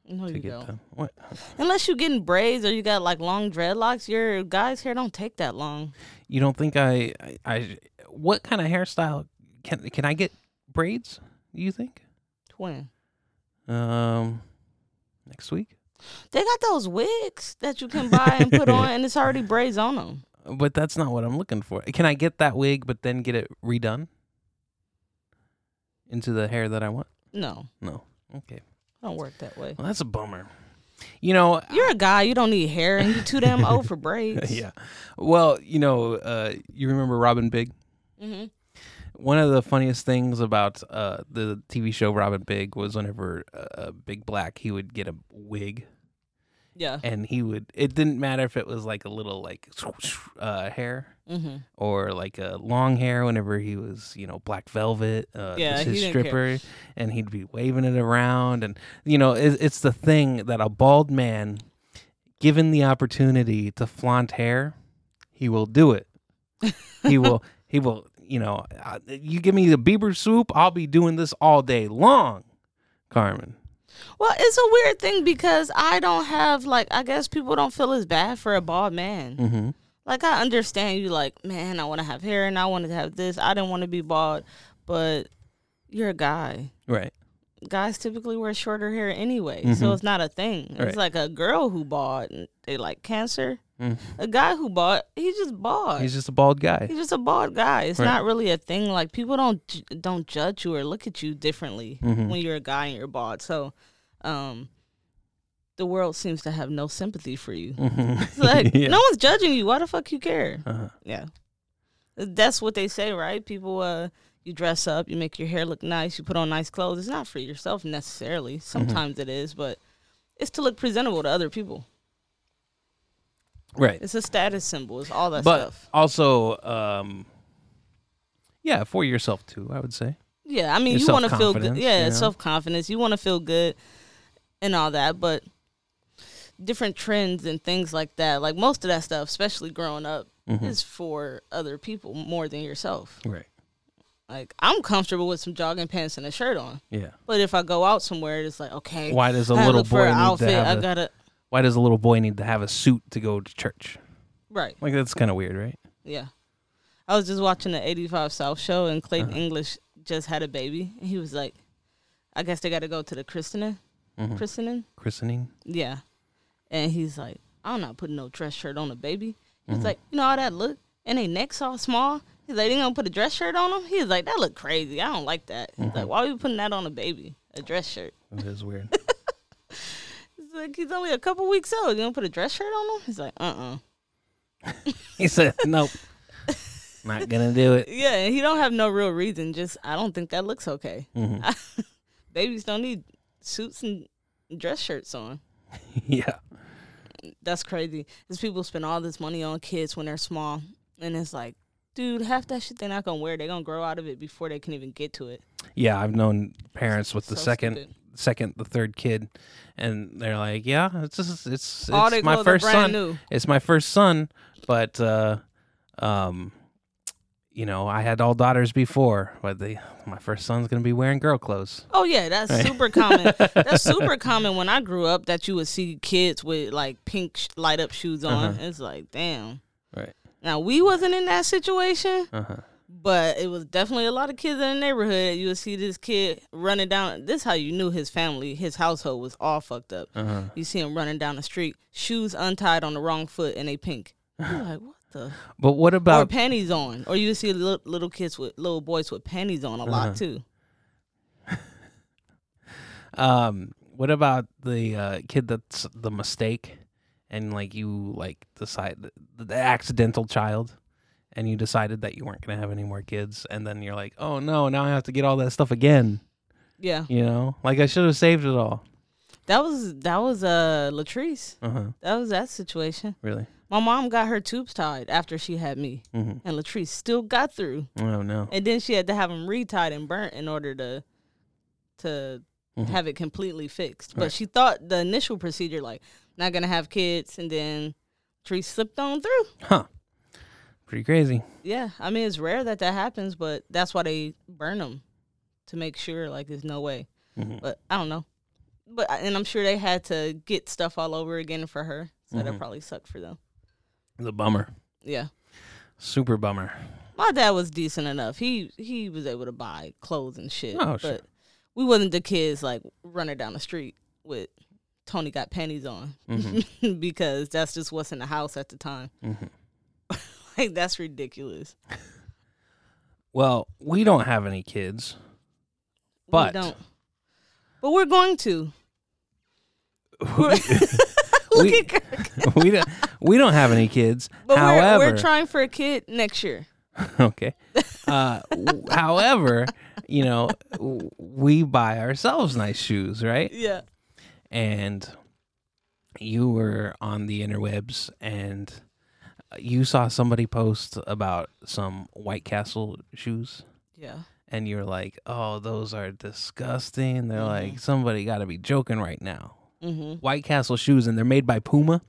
Speaker 3: No,
Speaker 2: to
Speaker 3: you
Speaker 2: get
Speaker 3: don't.
Speaker 2: done. What?
Speaker 3: Unless you're getting braids or you got like long dreadlocks, your guys' hair don't take that long.
Speaker 2: You don't think I? I, I what kind of hairstyle can can I get braids? Do you think?
Speaker 3: Twin.
Speaker 2: Um, next week.
Speaker 3: They got those wigs that you can buy and put on, and it's already braids on them.
Speaker 2: But that's not what I'm looking for. Can I get that wig, but then get it redone into the hair that I want?
Speaker 3: No,
Speaker 2: No. Okay.
Speaker 3: don't work that way.
Speaker 2: Well, that's a bummer. You know.
Speaker 3: You're a guy, you don't need hair, and you too damn old for braids.
Speaker 2: Uh, yeah. Well, you know, uh, you remember Robin Big?
Speaker 3: hmm
Speaker 2: One of the funniest things about uh, the TV show Robin Big was whenever uh, Big Black he would get a wig,
Speaker 3: Yeah.
Speaker 2: and he would. It didn't matter if it was like a little like uh, hair.
Speaker 3: Mm-hmm.
Speaker 2: or like a long hair whenever he was, you know, black velvet, uh,
Speaker 3: Yeah,
Speaker 2: was
Speaker 3: he
Speaker 2: his
Speaker 3: didn't
Speaker 2: stripper, and he'd be waving it around. And, you know, it, it's the thing that a bald man, given the opportunity to flaunt hair, he will do it. he will, he will, you know, uh, you give me the Bieber swoop, I'll be doing this all day long, Carmen.
Speaker 3: Well, it's a weird thing because I don't have like I guess people don't feel as bad for a bald man.
Speaker 2: Mm-hmm.
Speaker 3: Like I understand you like, man, I want to have hair and I wanted to have this. I didn't want to be bald, but you're a guy.
Speaker 2: Right.
Speaker 3: Guys typically wear shorter hair anyway, so it's not a thing.
Speaker 2: Mm-hmm. Right.
Speaker 3: It's like a girl who bald, and they like cancer.
Speaker 2: Mm.
Speaker 3: A guy who bald, he's just
Speaker 2: He's
Speaker 3: bald. He's,
Speaker 2: just a bald guy.
Speaker 3: just a bald guy. It's
Speaker 2: Right.
Speaker 3: not really a thing. Like people don't ju- don't judge you or look at you differently
Speaker 2: Mhm.
Speaker 3: when you're a guy and you're bald. So, um, the world seems to have no sympathy for you. It's
Speaker 2: Mm-hmm.
Speaker 3: like
Speaker 2: Yeah.
Speaker 3: no one's judging you. Why the fuck you care?
Speaker 2: Uh-huh.
Speaker 3: Yeah, that's what they say, right? People, uh, you dress up, you make your hair look nice, you put on nice clothes. It's not for yourself necessarily.
Speaker 2: Mm-hmm.
Speaker 3: Sometimes it is, but it's to look presentable to other people.
Speaker 2: Right.
Speaker 3: It's a status symbol. It's all that
Speaker 2: but
Speaker 3: stuff.
Speaker 2: also um yeah for yourself too i would say
Speaker 3: Yeah, I mean,
Speaker 2: Your
Speaker 3: you want to feel good.
Speaker 2: self-confidence,
Speaker 3: Yeah,
Speaker 2: you know?
Speaker 3: self confidence. You want to feel good and all that, but different trends and things like that. Like most of that stuff, especially growing up,
Speaker 2: Mm-hmm.
Speaker 3: is for other people more than yourself.
Speaker 2: right
Speaker 3: Like I'm comfortable with some jogging pants and a shirt on,
Speaker 2: yeah
Speaker 3: but if I go out somewhere, it's like okay,
Speaker 2: why does a
Speaker 3: I
Speaker 2: little
Speaker 3: look for
Speaker 2: boy
Speaker 3: an
Speaker 2: need
Speaker 3: outfit.
Speaker 2: to
Speaker 3: I
Speaker 2: have a,
Speaker 3: gotta
Speaker 2: why does a little boy need to have a suit to go to church
Speaker 3: right.
Speaker 2: like that's kind of weird right
Speaker 3: Yeah. I was just watching the 85 South show,
Speaker 2: Uh-huh.
Speaker 3: and Clayton English just had a baby. And he was like, I guess they got to go to the christening.
Speaker 2: Mhm.
Speaker 3: christening.
Speaker 2: Christening.
Speaker 3: Yeah. And he's like, I'm not putting no dress shirt on a baby. He's like, you know how that look? And they necks all small. He's like, they gonna put a dress shirt on them? He's like, that look crazy. I don't like that. He's like, why are we putting that on a baby? A dress shirt.
Speaker 2: That is weird.
Speaker 3: He's like, he's only a couple weeks old. You gonna put a dress shirt on him? He's like, uh uh
Speaker 2: he said, "Nope, not gonna do it."
Speaker 3: Yeah, and he don't have no real reason. Just I don't think that looks okay. Babies don't need suits and dress shirts on.
Speaker 2: yeah.
Speaker 3: That's crazy. These people spend all this money on kids when they're small, and it's like, dude, half that shit they're not gonna wear. They're gonna grow out of it before they can even get to it.
Speaker 2: Yeah, I've known parents with the
Speaker 3: So
Speaker 2: second,
Speaker 3: stupid.
Speaker 2: second, the third kid, and they're like, "Yeah, it's just it's,
Speaker 3: All
Speaker 2: it's
Speaker 3: their
Speaker 2: my
Speaker 3: clothes are
Speaker 2: first
Speaker 3: brand
Speaker 2: son.
Speaker 3: new.
Speaker 2: It's my first son, but uh, um, you know, I had all daughters before, but they my first son's gonna be wearing girl clothes."
Speaker 3: Oh yeah, that's super common. that's super common. When I grew up, that you would see kids with like pink sh- light up shoes on. It's like, damn.
Speaker 2: Right.
Speaker 3: Now we wasn't in that situation.
Speaker 2: Uh huh.
Speaker 3: But it was definitely a lot of kids in the neighborhood. You would see this kid running down. This how you knew his family, his household was all fucked up.
Speaker 2: uh-huh.
Speaker 3: You see him running down the street, shoes untied on the wrong foot, and they pink. You're like, what the?
Speaker 2: But what
Speaker 3: Or
Speaker 2: about
Speaker 3: panties on. Or you see little, little kids with little boys with panties on a lot too.
Speaker 2: Um, what about the uh, kid that's the mistake, and like you like decide the, the accidental child, and you decided that you weren't gonna have any more kids, and then you're like, oh no, now I have to get all that stuff again.
Speaker 3: Yeah,
Speaker 2: You know, like I should have saved it all.
Speaker 3: that was that was uh Latrice.
Speaker 2: Uh huh.
Speaker 3: That was that situation.
Speaker 2: Really?
Speaker 3: My mom got her tubes tied after she had me,
Speaker 2: Mhm.
Speaker 3: and Latrice still got through.
Speaker 2: Oh no.
Speaker 3: and then she had to have them retied and burnt in order to to have it completely fixed. But she thought the initial procedure, like not gonna have kids, and then tree slipped on through.
Speaker 2: Huh. Pretty crazy.
Speaker 3: Yeah, I mean it's rare that that happens, but that's why they burn them to make sure like there's no way.
Speaker 2: Mm-hmm.
Speaker 3: But I don't know. But and I'm sure they had to get stuff all over again for her, so
Speaker 2: Mm-hmm.
Speaker 3: that probably sucked for them.
Speaker 2: The bummer.
Speaker 3: Yeah.
Speaker 2: Super bummer.
Speaker 3: My dad was decent enough. He he was able to buy clothes and shit.
Speaker 2: Oh,
Speaker 3: but
Speaker 2: sure.
Speaker 3: we wasn't the kids like running down the street with Tony got panties on
Speaker 2: Mm-hmm.
Speaker 3: because that's just what's in the house at the time.
Speaker 2: Mm-hmm.
Speaker 3: like that's ridiculous.
Speaker 2: Well, we don't have any kids. But-
Speaker 3: we don't. But we're going to. We're- Look
Speaker 2: We-
Speaker 3: at Kirk.
Speaker 2: we don't. We don't have any kids.
Speaker 3: But
Speaker 2: However,
Speaker 3: we're, we're trying for a kid next year.
Speaker 2: okay. Uh, w- however, you know, w- we buy ourselves nice shoes, right?
Speaker 3: Yeah.
Speaker 2: And you were on the interwebs and uh, you saw somebody post about some White Castle shoes.
Speaker 3: Yeah.
Speaker 2: And you're like, oh, those are disgusting. They're like, somebody got to be joking right now.
Speaker 3: Mhm.
Speaker 2: White Castle shoes, and they're made by Puma,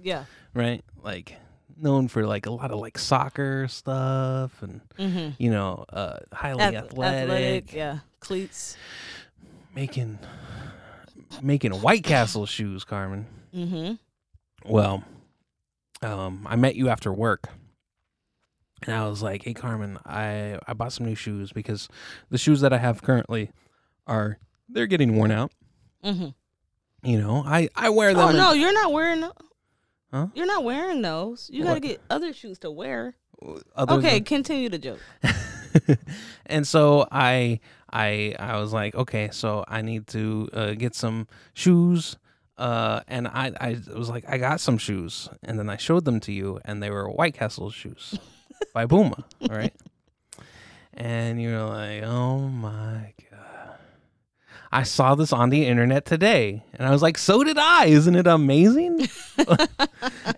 Speaker 3: Yeah.
Speaker 2: right? Like, known for like a lot of like soccer stuff and
Speaker 3: Mhm.
Speaker 2: you know, uh, highly
Speaker 3: Ath-
Speaker 2: athletic,
Speaker 3: Yeah. Cleats.
Speaker 2: making making White Castle shoes, Carmen.
Speaker 3: Mhm.
Speaker 2: Well, um, I met you after work, and I was like, "Hey, Carmen, I I bought some new shoes because the shoes that I have currently are they're getting worn out.
Speaker 3: Mhm.
Speaker 2: You know, I I wear them.
Speaker 3: Oh
Speaker 2: in-
Speaker 3: no, you're not wearing no-
Speaker 2: Huh?
Speaker 3: You're not wearing those. You got to
Speaker 2: What?
Speaker 3: get other shoes to wear.
Speaker 2: other
Speaker 3: Okay,
Speaker 2: than-
Speaker 3: continue the joke.
Speaker 2: and so I I I was like, okay, so I need to uh, get some shoes. Uh, and I, I was like, I got some shoes, and then I showed them to you, and they were White Castle shoes by Puma, all right? And you were like, oh my god! I saw this on the internet today, and I was like, so did I! Isn't it amazing?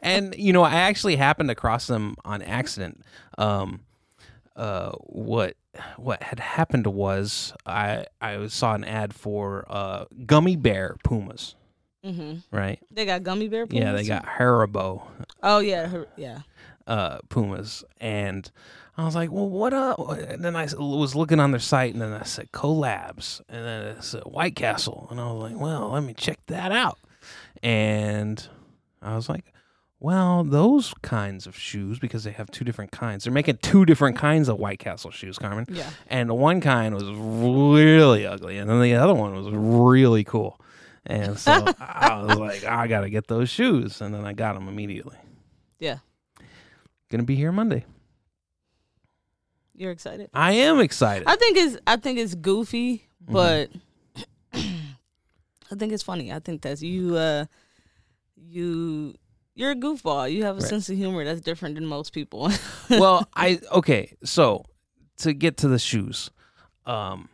Speaker 2: and you know, I actually happened across them on accident. Um, uh, what what had happened was I I saw an ad for uh, gummy bear pumas,
Speaker 3: hmm
Speaker 2: right?
Speaker 3: They got gummy bear. Pumas
Speaker 2: Yeah, they
Speaker 3: too?
Speaker 2: got Haribo
Speaker 3: Oh yeah, her, yeah.
Speaker 2: uh, pumas, and I was like, well, what up? And then I s- was looking on their site, and then I said collabs, and then it said White Castle, and I was like, well, let me check that out, and I was like. Well, those kinds of shoes, because they have two different kinds. They're making two different kinds of White Castle shoes, Carmen.
Speaker 3: Yeah.
Speaker 2: And one kind was really ugly, and then the other one was really cool. And so I was like, I gotta get those shoes, and then I got them immediately.
Speaker 3: Yeah.
Speaker 2: Gonna be here Monday.
Speaker 3: You're excited.
Speaker 2: I am excited.
Speaker 3: I think it's I think it's goofy,
Speaker 2: Mm-hmm.
Speaker 3: but I think it's funny. I think that's you uh you you're a goofball. You have a
Speaker 2: Right.
Speaker 3: sense of humor that's different than most people.
Speaker 2: well, I okay. So to get to the shoes, um,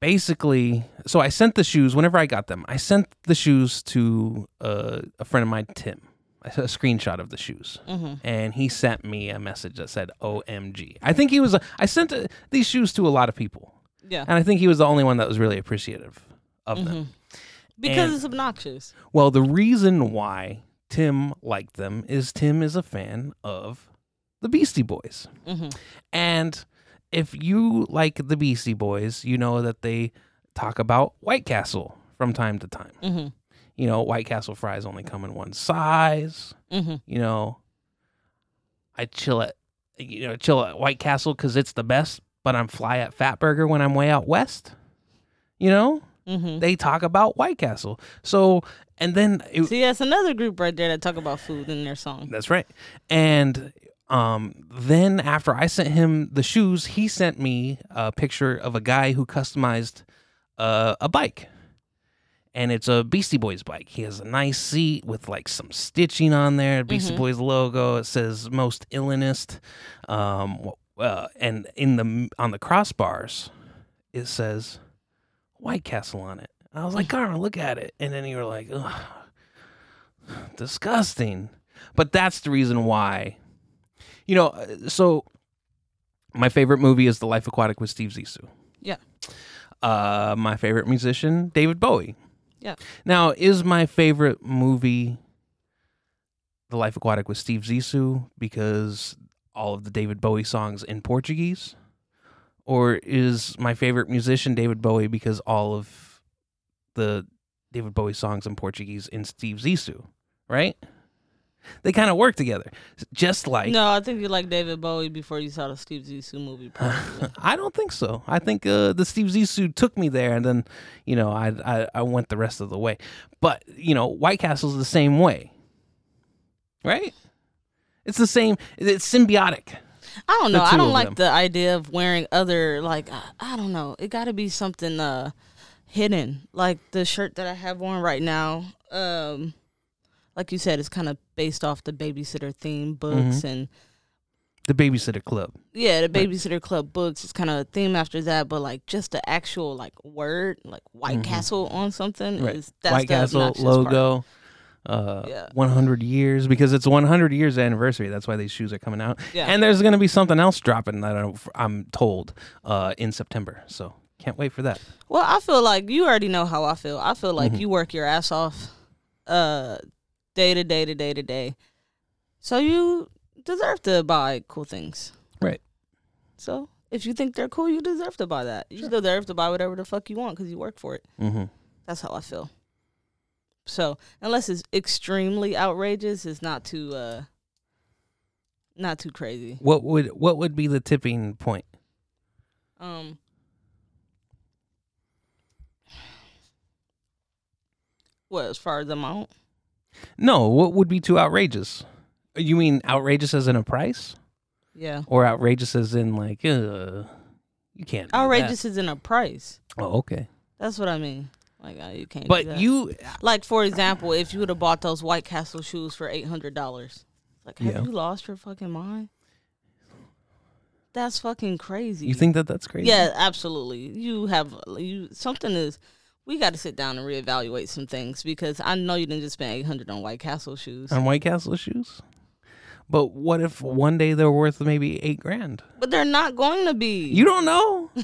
Speaker 2: basically, so I sent the shoes whenever I got them. I sent the shoes to uh, a friend of mine, Tim. I sent a screenshot of the shoes, and he sent me a message that said "OMG." I think he was. I sent uh, these shoes to a lot of people,
Speaker 3: yeah.
Speaker 2: and I think he was the only one that was really appreciative of
Speaker 3: Mm-hmm.
Speaker 2: them.
Speaker 3: Because
Speaker 2: and-
Speaker 3: it's obnoxious.
Speaker 2: Well, the reason why Tim liked them is Tim is a fan of the Beastie Boys.
Speaker 3: Mm-hmm.
Speaker 2: And if you like the Beastie Boys, you know that they talk about White Castle from time to time.
Speaker 3: Mhm.
Speaker 2: You know, White Castle fries only come in one size.
Speaker 3: Mhm.
Speaker 2: You know, I chill at you know chill at White Castle because it's the best, but I'm fly at Fatburger when I'm way out west. You know,
Speaker 3: Mhm.
Speaker 2: they talk about White Castle. So and then it,
Speaker 3: See, that's another group right there that talk about food in their song.
Speaker 2: that's right. And um, then after I sent him the shoes, he sent me a picture of a guy who customized uh, a bike. And it's a Beastie Boys bike. He has a nice seat with like some stitching on there, Beastie Boys logo. It says most illnest. Um, w- uh, and in the on the crossbars, it says White Castle on it. I was like, Carmen, look at it. And then you were like, Ugh, disgusting. But that's the reason why, you know. uh, So, my favorite movie is The Life Aquatic with Steve Zissou.
Speaker 3: Yeah.
Speaker 2: Uh, my favorite musician, David Bowie.
Speaker 3: Yeah.
Speaker 2: Now, is my favorite movie The Life Aquatic with Steve Zissou because all of the David Bowie songs in Portuguese, or is my favorite musician David Bowie because all of the David Bowie songs in Portuguese in Steve Zissou? Right. They kind of work together, just like
Speaker 3: No, I think you like David Bowie before you saw the Steve Zissou movie. probably.
Speaker 2: I don't think so. I think uh, the Steve Zissou took me there, and then you know I, I I went the rest of the way. But you know White Castle's the same way, right? It's the same. It's symbiotic.
Speaker 3: I don't know.
Speaker 2: two
Speaker 3: I
Speaker 2: of
Speaker 3: don't like
Speaker 2: them.
Speaker 3: the idea of wearing other like I, I don't know. It got to be something uh hidden. Like the shirt that I have on right now. Um like you said it's kind of based off the babysitter theme books
Speaker 2: Mm-hmm.
Speaker 3: and
Speaker 2: The Babysitter Club.
Speaker 3: yeah, the babysitter club books is kind of a theme after that, but like just the actual like word like White Castle on something
Speaker 2: Mm-hmm. Right.
Speaker 3: is that's
Speaker 2: White
Speaker 3: the
Speaker 2: Castle
Speaker 3: obnoxious part.
Speaker 2: logo. Uh,
Speaker 3: Yeah.
Speaker 2: 100 years because it's 100 years anniversary. That's why these shoes are coming out.
Speaker 3: Yeah.
Speaker 2: And there's going to be something else dropping that I'm- I'm told uh, in September. So can't wait for that.
Speaker 3: Well, I feel like you already know how I feel. I feel like you work your ass off uh day to day to day to day. So you deserve to buy cool things.
Speaker 2: Right.
Speaker 3: So if you think they're cool, you deserve to buy that. You deserve to buy whatever the fuck you want because you work for it.
Speaker 2: Mm-hmm.
Speaker 3: That's how I feel. So unless it's extremely outrageous, it's not too uh not too crazy.
Speaker 2: What would what would be the tipping point?
Speaker 3: Um, well, as far as amount,
Speaker 2: No, what would be too outrageous? You mean outrageous as in a price,
Speaker 3: yeah,
Speaker 2: or outrageous as in like, uh, you can't do that?
Speaker 3: outrageous is in a price.
Speaker 2: Oh, okay. But,
Speaker 3: That's what I mean. Like uh, you can't. do that.
Speaker 2: you,
Speaker 3: like for example, if you would have bought those White Castle shoes for eight hundred dollars, like have
Speaker 2: Yeah.
Speaker 3: you lost your fucking mind? That's fucking crazy.
Speaker 2: you think that that's crazy?
Speaker 3: Yeah, absolutely. You have you something is. We got to sit down and reevaluate some things because I know you didn't just spend eight hundred on White Castle shoes.
Speaker 2: On White Castle shoes. But what if one day they're worth maybe eight grand?
Speaker 3: But they're not going to be.
Speaker 2: You don't know.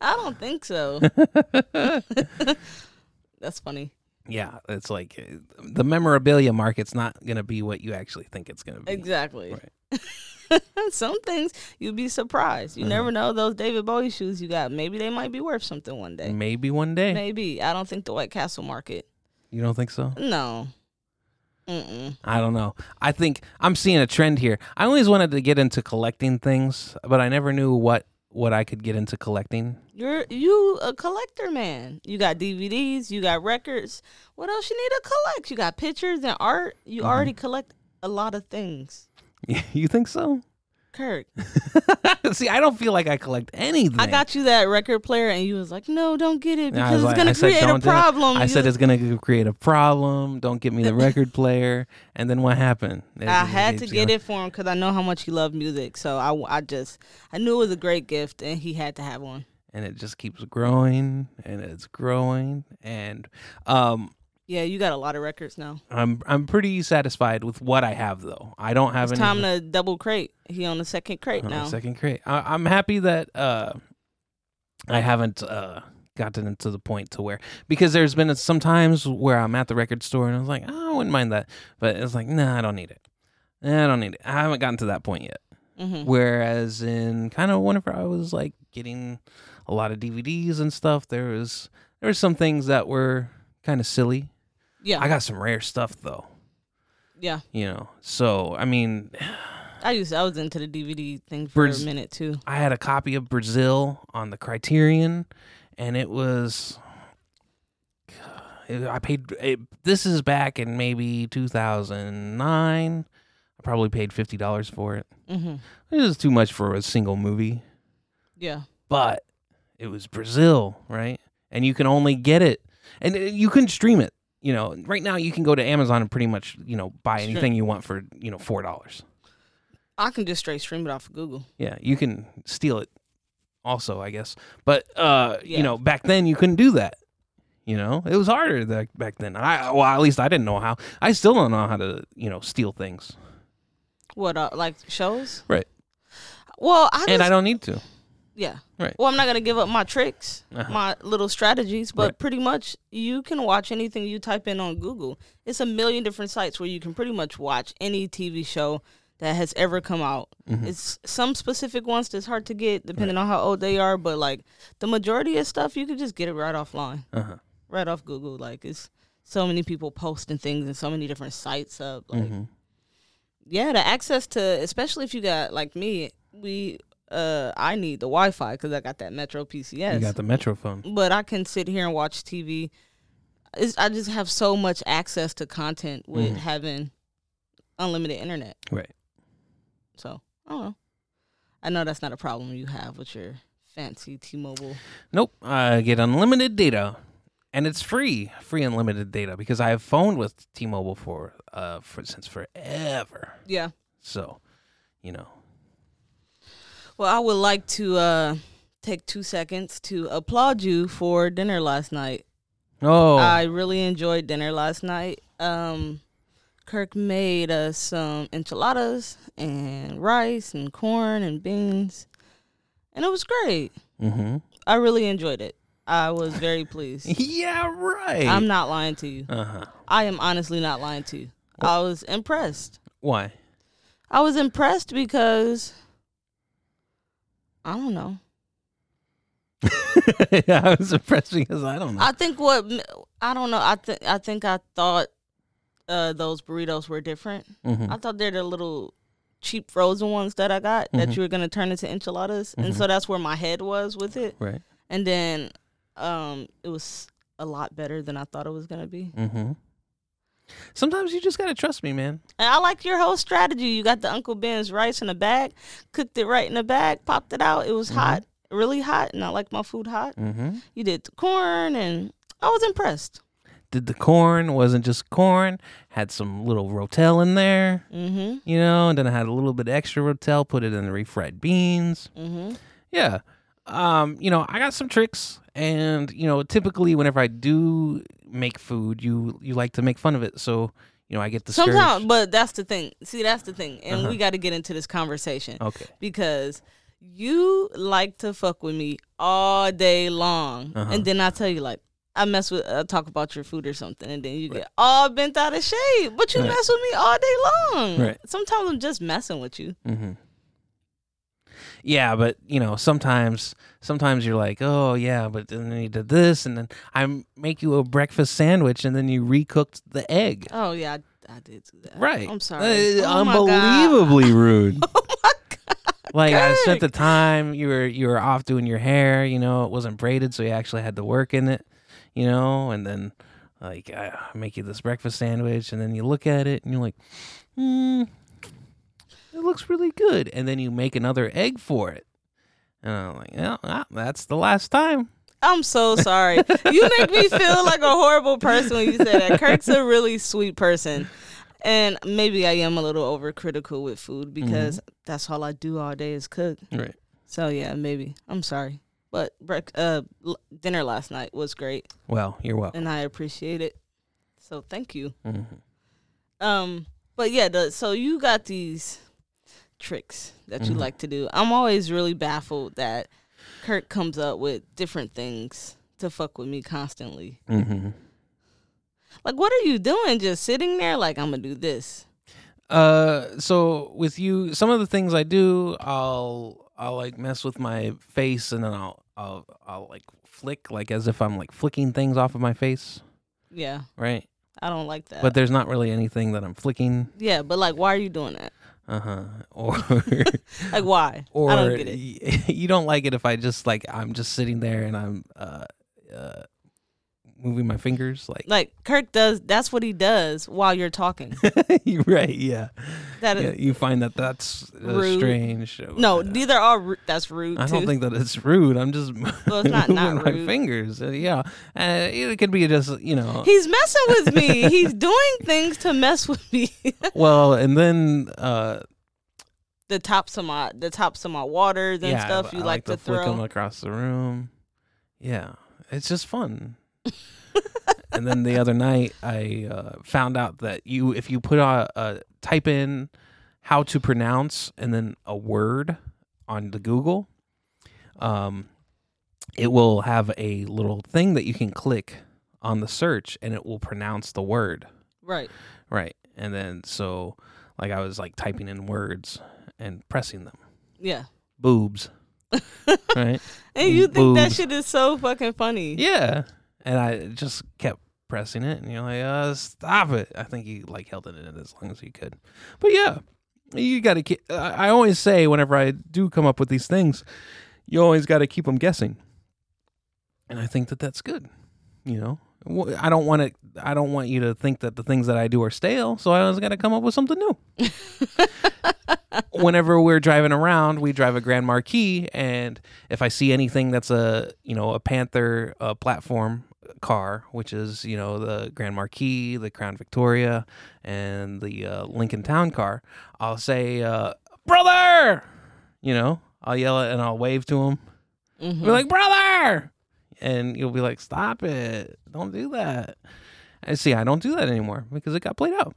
Speaker 3: I don't think so. That's funny.
Speaker 2: yeah, it's like uh, the memorabilia market's not gonna be what you actually think it's gonna be.
Speaker 3: Exactly. Some things you'd be surprised.
Speaker 2: Uh-huh.
Speaker 3: You never know those David Bowie shoes you got. Maybe they might be worth something one day.
Speaker 2: Maybe one day.
Speaker 3: Maybe. I don't think the White Castle market.
Speaker 2: You don't think so?
Speaker 3: No. Mm-mm.
Speaker 2: I don't know. I think I'm seeing a trend here. I always wanted to get into collecting things, but I never knew what what I could get into collecting.
Speaker 3: You're you a collector man. You got DVDs, you got records. What else you need to collect? You got pictures and art. You
Speaker 2: Uh-huh.
Speaker 3: already collect a lot of things.
Speaker 2: you think so?
Speaker 3: Kirk,
Speaker 2: See, I don't feel like I collect anything.
Speaker 3: I got you that record player, and you was like, "No, don't get it
Speaker 2: And I
Speaker 3: because
Speaker 2: was like-
Speaker 3: it's
Speaker 2: I
Speaker 3: gonna
Speaker 2: said,
Speaker 3: create a
Speaker 2: "Don't do that."
Speaker 3: problem."
Speaker 2: I
Speaker 3: You-
Speaker 2: said it's gonna create a problem. Don't get me the record player. And then what happened?
Speaker 3: I had to get it for him because I know how much he loved music. So I, I just I knew it was a great gift, and he had to have one.
Speaker 2: and it just keeps growing and it's growing and um
Speaker 3: Yeah, you got a lot of records now.
Speaker 2: I'm I'm pretty satisfied with what I have though. I don't have
Speaker 3: It's
Speaker 2: any
Speaker 3: time to double crate. He on the second crate
Speaker 2: uh,
Speaker 3: now.
Speaker 2: second crate. I, I'm happy that uh I haven't uh gotten to the point to where because there's been some times where I'm at the record store and I was like, oh, I wouldn't mind that, but it's like, nah, I don't need it. Nah, I don't need it. I haven't gotten to that point yet.
Speaker 3: hmm
Speaker 2: Whereas in kind of whenever I was like getting a lot of DVDs and stuff, there was there were some things that were kind of silly.
Speaker 3: Yeah,
Speaker 2: I got some rare stuff though,
Speaker 3: yeah.
Speaker 2: you know. So I mean,
Speaker 3: I used I was into the DVD thing for
Speaker 2: Birds-
Speaker 3: a minute too.
Speaker 2: I had a copy of Brazil on the Criterion, and it was. I paid. It, this is back in maybe 2009. I probably paid fifty dollars for it.
Speaker 3: hmm
Speaker 2: This is too much for a single movie.
Speaker 3: Yeah,
Speaker 2: but it was Brazil, right? And you can only get it, and uh, you couldn't stream it. You know, right now you can go to Amazon and pretty much you know buy
Speaker 3: Sure.
Speaker 2: anything you want for you know four dollars.
Speaker 3: I can just straight stream it off of Google.
Speaker 2: Yeah, you can steal it, also, I guess. But uh,
Speaker 3: Yeah.
Speaker 2: you know, back then you couldn't do that. You know, it was harder tha- back then. I well, at least I didn't know how. I still don't know how to you know steal things,
Speaker 3: What uh, like shows?
Speaker 2: right?
Speaker 3: Well, I just,
Speaker 2: And I don't need to.
Speaker 3: yeah.
Speaker 2: Right.
Speaker 3: Well, I'm not gonna give up my tricks,
Speaker 2: Uh-huh.
Speaker 3: my little strategies, but
Speaker 2: Right.
Speaker 3: pretty much you can watch anything you type in on Google. It's a million different sites where you can pretty much watch any TV show that has ever come out.
Speaker 2: Mm-hmm.
Speaker 3: It's some specific ones that's hard to get depending on how old they are, but like the majority of stuff you can just get it right offline,
Speaker 2: Uh-huh.
Speaker 3: right off Google. Like it's so many people posting things and so many different sites up. Like
Speaker 2: Mm-hmm.
Speaker 3: yeah, the access to especially if you got like me, we uh I need the Wi-Fi because I got that Metro PCS.
Speaker 2: You got the Metro phone.
Speaker 3: but I can sit here and watch TV. It's, I just have so much access to content with
Speaker 2: Mm-hmm.
Speaker 3: having unlimited internet.
Speaker 2: Right.
Speaker 3: So I don't know. I know that's not a problem you have with your fancy T-Mobile.
Speaker 2: Nope. I get unlimited data, and it's free, free unlimited data because I have phoned with T-Mobile for uh for since forever.
Speaker 3: Yeah.
Speaker 2: So, you know,
Speaker 3: Well, I would like to uh, take two seconds to applaud you for dinner last night.
Speaker 2: oh,
Speaker 3: I really enjoyed dinner last night. Um, Kirk made us some enchiladas and rice and corn and beans, and it was great.
Speaker 2: mm-hmm.
Speaker 3: I really enjoyed it. I was very pleased.
Speaker 2: yeah, right.
Speaker 3: I'm not lying to you.
Speaker 2: uh huh.
Speaker 3: I am honestly not lying to you. I was impressed.
Speaker 2: Why?
Speaker 3: I was impressed because I don't know.
Speaker 2: I was impressed because I don't know.
Speaker 3: I think what I don't know. I think I think I thought uh, those burritos were different.
Speaker 2: Mhm.
Speaker 3: I thought they're the little cheap frozen ones that I got that you were gonna turn into enchiladas, and so that's where my head was with it.
Speaker 2: right.
Speaker 3: And then um, it was a lot better than I thought it was gonna be.
Speaker 2: Mm-hmm. Sometimes you just gotta trust me, man.
Speaker 3: And I liked your whole strategy. You got the Uncle Ben's rice in a bag, cooked it right in a bag, popped it out. It was hot, really hot, and I like my food hot.
Speaker 2: Mm-hmm.
Speaker 3: You did the corn, and I was impressed.
Speaker 2: Did the corn wasn't just corn? Had some little rotel in there,
Speaker 3: Mm-hmm.
Speaker 2: you know, and then I had a little bit extra rotel. Put it in the refried beans.
Speaker 3: Mm-hmm.
Speaker 2: Yeah. Um, you know, I got some tricks and you know, typically whenever I do make food, you you like to make fun of it. So, you know, I get discouraged.
Speaker 3: Sometimes, but that's the thing. See, that's the thing, and
Speaker 2: Uh-huh.
Speaker 3: we got to get into this conversation
Speaker 2: Okay.
Speaker 3: because you like to fuck with me all day long,
Speaker 2: Uh-huh.
Speaker 3: and then I tell you like I mess with, I talk about your food or something, and then you get all bent out of shape. But you
Speaker 2: Right.
Speaker 3: mess with me all day long.
Speaker 2: Right.
Speaker 3: Sometimes I'm just messing with you.
Speaker 2: Mhm. Yeah, but you know, sometimes sometimes you're like, "Oh, yeah, but then you did this and then I make you a breakfast sandwich and then you recooked the egg."
Speaker 3: Oh yeah, I, I did do that.
Speaker 2: Right.
Speaker 3: I'm sorry.
Speaker 2: Uh,
Speaker 3: Oh, my God.
Speaker 2: unbelievably rude. Like I spent
Speaker 3: Kirk.
Speaker 2: the time. You were you were off doing your hair. You know, it wasn't braided, so you actually had to work in it. You know, and then like I I make you this breakfast sandwich, and then you look at it, and you're like, hmm, it looks really good. And then you make another egg for it, and I'm like, yeah, ah, that's the last time.
Speaker 3: I'm so sorry. You make me feel like a horrible person when you say that. Kirk's a really sweet person. And maybe I am a little overcritical with food because that's all I do all day is cook.
Speaker 2: Right.
Speaker 3: So yeah, maybe. I'm sorry. But brec- uh, l- dinner last night was great
Speaker 2: Well, you're welcome.
Speaker 3: and I appreciate it. So thank you.
Speaker 2: hmm
Speaker 3: Um, but yeah, the, so you got these tricks that you
Speaker 2: Mhm.
Speaker 3: like to do. I'm always really baffled that Kirk comes up with different things to fuck with me constantly.
Speaker 2: hmm
Speaker 3: Like, what are you doing? Just sitting there? Like, I'm gonna do this.
Speaker 2: Uh, so with you, some of the things I do, I'll I'll like mess with my face, and then I'll I'll I'll like flick like as if I'm like flicking things off of my face,
Speaker 3: Yeah,
Speaker 2: right?
Speaker 3: I don't like that.
Speaker 2: but there's not really anything that I'm flicking,
Speaker 3: yeah, but like, why are you doing that?
Speaker 2: uh huh, or
Speaker 3: Like, why?
Speaker 2: or
Speaker 3: I don't get it.
Speaker 2: y- you don't like it if I just like I'm just sitting there and I'm uh uh moving my fingers like
Speaker 3: Like Kirk does. That's what he does while you're talking.
Speaker 2: You're right yeah.
Speaker 3: That
Speaker 2: yeah
Speaker 3: is
Speaker 2: you find that that's uh,
Speaker 3: Rude.
Speaker 2: strange
Speaker 3: no.
Speaker 2: Yeah.
Speaker 3: These are all. Ru- that's rude.
Speaker 2: I don't
Speaker 3: too.
Speaker 2: think that it's rude. I'm just
Speaker 3: Well, it's not
Speaker 2: moving
Speaker 3: not
Speaker 2: my
Speaker 3: rude.
Speaker 2: fingers. Uh, yeah, uh, it could be just you know.
Speaker 3: He's messing with me. He's doing things to mess with me.
Speaker 2: well, and then uh,
Speaker 3: the tops of my the tops of my waters and
Speaker 2: yeah,
Speaker 3: stuff
Speaker 2: I
Speaker 3: you like, to,
Speaker 2: flick them
Speaker 3: throw.
Speaker 2: across the room. Yeah, it's just fun. and then the other night, I uh, found out that you, if you put a, a type in how to pronounce and then a word on the Google, um, it will have a little thing that you can click on the search, and it will pronounce the word.
Speaker 3: Right.
Speaker 2: Right. And then so like I was like typing in words and pressing them.
Speaker 3: Yeah.
Speaker 2: Boobs. right?
Speaker 3: And you think that
Speaker 2: Boobs.
Speaker 3: shit is so fucking funny.
Speaker 2: Yeah. And I just kept pressing it and you're like, uh, stop it. I think you like held it in as long as you could. But yeah. You gotta keep I I always say whenever I do come up with these things, you always gotta keep them guessing. And I think that that's good. You know? Wh- I don't want to. I don't want you to think that the things that I do are stale. So I always got to come up with something new. whenever we're driving around, we drive a Grand Marquis, and if I see anything that's a you know a Panther uh, platform car, which is you know the Grand Marquis, the Crown Victoria, and the uh, Lincoln Town Car, I'll say, uh, "Brother," you know, I'll yell it and I'll wave to him.
Speaker 3: Mhm.
Speaker 2: Be like, "Brother," and you'll be like, "Stop it! Don't do that." I see. I don't do that anymore because it got played out.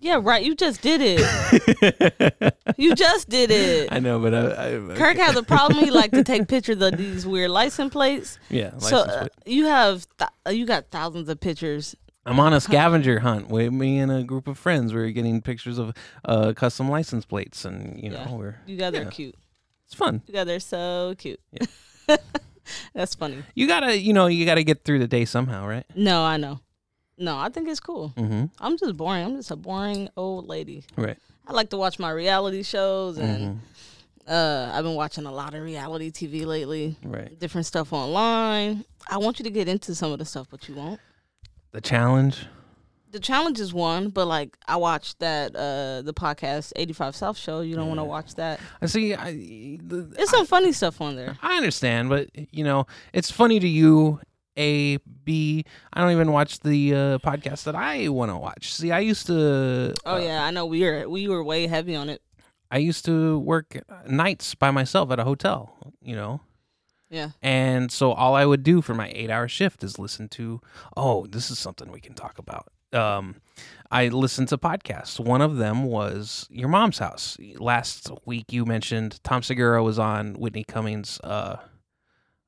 Speaker 3: Yeah, right. You just did it. you just did it.
Speaker 2: I know, but I, I
Speaker 3: Kirk has a problem. He like to take pictures of these weird license plates.
Speaker 2: yeah.
Speaker 3: so
Speaker 2: license
Speaker 3: uh,
Speaker 2: plate.
Speaker 3: you have th- uh, you got thousands of pictures.
Speaker 2: I'm on a scavenger hunt with me and a group of friends. We are getting pictures of uh, custom license plates, and you know,
Speaker 3: Yeah.
Speaker 2: we're
Speaker 3: You guys
Speaker 2: Yeah.
Speaker 3: are cute.
Speaker 2: it's fun.
Speaker 3: You guys are so cute. That's funny.
Speaker 2: You gotta, you know, you gotta get through the day somehow, right?
Speaker 3: No, I know. No, I think it's cool.
Speaker 2: Mm-hmm.
Speaker 3: I'm just boring. I'm just a boring old lady.
Speaker 2: Right.
Speaker 3: I like to watch my reality shows, and
Speaker 2: Mm-hmm.
Speaker 3: uh, I've been watching a lot of reality TV lately.
Speaker 2: Right.
Speaker 3: Different stuff online. I want you to get into some of the stuff, but you won't.
Speaker 2: The challenge.
Speaker 3: The challenge is one, but like I watched that uh, the podcast 85 South show. You don't want to watch that.
Speaker 2: I see. I, the,
Speaker 3: There's some funny stuff on there.
Speaker 2: I understand, but you know, it's funny to you. A B. I don't even watch the uh, podcast that I want to watch. See, I used to.
Speaker 3: Oh yeah, I know we were we were way heavy on it.
Speaker 2: I used to work nights by myself at a hotel. You know.
Speaker 3: Yeah,
Speaker 2: And so all I would do for my eight hour shift is listen to, oh, this is something we can talk about. Um, I listened to podcasts. One of them was Your Mom's House. Last week you mentioned Tom Segura was on Whitney Cummings' uh,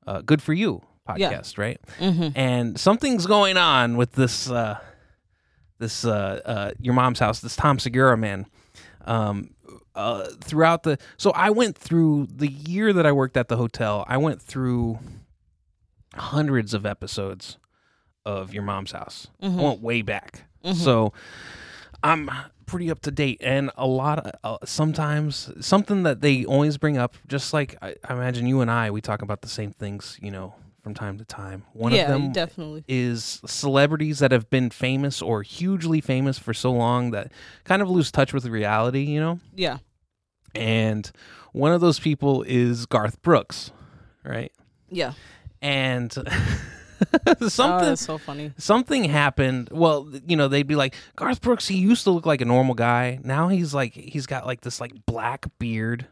Speaker 2: uh, Good For You
Speaker 3: Yeah.
Speaker 2: podcast, right?
Speaker 3: hmm
Speaker 2: And something's going on with this, uh, this uh, uh, Your Mom's House, this Tom Segura man. Um, uh, throughout the, so I went through the year that I worked at the hotel, I went through hundreds of
Speaker 3: Mm-hmm.
Speaker 2: episodes of Your Mom's House. I went way back. So I'm pretty up to date, and a lot of uh, sometimes something that they always bring up, just like I, I imagine you and I, we talk about the same things, you know, from time to time. One
Speaker 3: yeah,
Speaker 2: of
Speaker 3: you
Speaker 2: them
Speaker 3: definitely.
Speaker 2: is celebrities that have been famous or hugely famous for so long that kind of lose touch with reality, you know?
Speaker 3: Yeah.
Speaker 2: And one of those people is Garth Brooks, right?
Speaker 3: Yeah.
Speaker 2: And
Speaker 3: Oh,
Speaker 2: something
Speaker 3: that's so funny.
Speaker 2: something happened. Well, th- you know, they'd be like, Garth Brooks, he used to look like a normal guy. Now he's like he's got like this like black beard.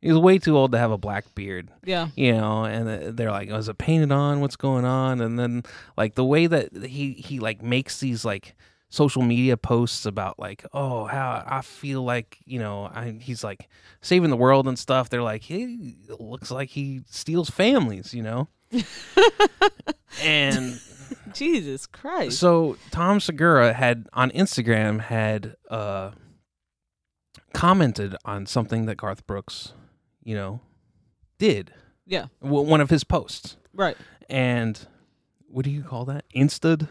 Speaker 2: He's way too old to have a black beard
Speaker 3: Yeah.
Speaker 2: you know and uh, they're like oh, is it painted on what's going on and then like the way that he he like makes these like social media posts about like oh how i feel like you know I, he's like saving the world and stuff they're like he looks like he steals families you know and
Speaker 3: Jesus Christ.
Speaker 2: so Tom Segura had on Instagram had uh commented on something that Garth Brooks, you know, did.
Speaker 3: Yeah.
Speaker 2: W- one of his posts.
Speaker 3: Right.
Speaker 2: And what do you call that? Instad?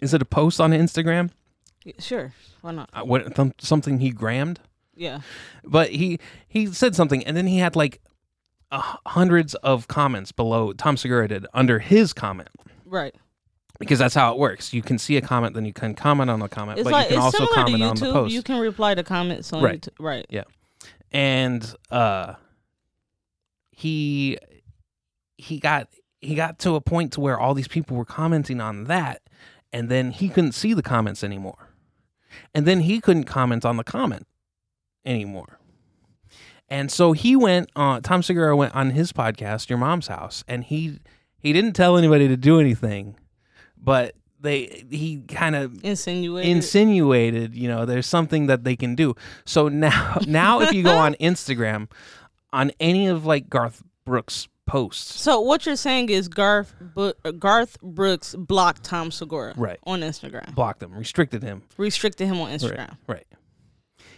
Speaker 2: Is it a post on Instagram?
Speaker 3: Yeah, sure. Why not?
Speaker 2: Uh, what th- something he grammed?
Speaker 3: Yeah.
Speaker 2: But he he said something and then he had like uh, hundreds of comments below Tom Segura did under his comment.
Speaker 3: Right.
Speaker 2: because that's how it works. You can see a comment, then you can comment on the comment,
Speaker 3: It's
Speaker 2: Uh, but
Speaker 3: like
Speaker 2: you can
Speaker 3: it's
Speaker 2: also
Speaker 3: similar to
Speaker 2: comment
Speaker 3: YouTube.
Speaker 2: on the post.
Speaker 3: You can reply to comments on
Speaker 2: Right.
Speaker 3: YouTube. Right.
Speaker 2: and uh, he he got he got to a point to where all these people were commenting on that, and then he couldn't see the comments anymore, and then he couldn't comment on the comment anymore. And so he went on Tom Segura went on his podcast, Your Mom's House, and he he didn't tell anybody to do anything, but they he kind of
Speaker 3: Insinuate.
Speaker 2: insinuated you know there's something that they can do so now now if you go on instagram on any of like garth brooks posts
Speaker 3: so what you're saying is Garth Bu- uh, Garth Brooks blocked Tom Segura
Speaker 2: Right.
Speaker 3: on Instagram,
Speaker 2: blocked them restricted him
Speaker 3: restricted him on Instagram,
Speaker 2: right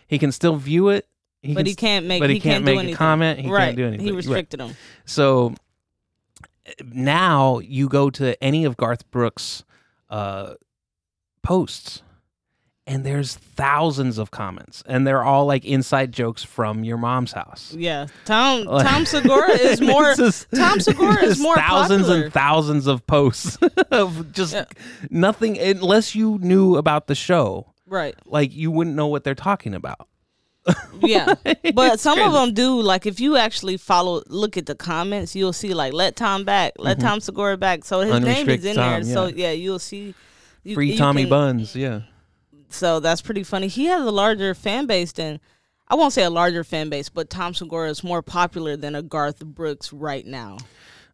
Speaker 2: he can still view it
Speaker 3: but he can't make.
Speaker 2: but he,
Speaker 3: he
Speaker 2: can't,
Speaker 3: do
Speaker 2: make
Speaker 3: anything.
Speaker 2: a comment he
Speaker 3: right.
Speaker 2: can't do anything
Speaker 3: He
Speaker 2: Right.
Speaker 3: restricted him.
Speaker 2: so eh, now you go to any of garth brooks uh posts and there's thousands of comments and they're all like inside jokes from your mom's house
Speaker 3: Yeah. Tom
Speaker 2: Like-
Speaker 3: Tom Segura is
Speaker 2: And
Speaker 3: more.
Speaker 2: it's just-
Speaker 3: Tom Segura is
Speaker 2: just
Speaker 3: more
Speaker 2: thousands
Speaker 3: popular.
Speaker 2: and thousands of posts of just
Speaker 3: Yeah.
Speaker 2: nothing unless you knew about the show
Speaker 3: right.
Speaker 2: like you wouldn't know what they're talking about
Speaker 3: Yeah. But
Speaker 2: It's
Speaker 3: some of
Speaker 2: crazy.
Speaker 3: them do. Like if you actually follow, look at the comments, you'll see like let Tom back, let Tom Segura back. So his name
Speaker 2: Unrestrict
Speaker 3: is in
Speaker 2: Mm-hmm. Tom,
Speaker 3: there. So
Speaker 2: yeah.
Speaker 3: yeah, you'll see. You,
Speaker 2: free
Speaker 3: you
Speaker 2: Tommy
Speaker 3: can-
Speaker 2: Buns yeah
Speaker 3: So that's pretty funny. He has a larger fan base than. I won't say a larger fan base, but Tom Segura is more popular than a Garth Brooks right now.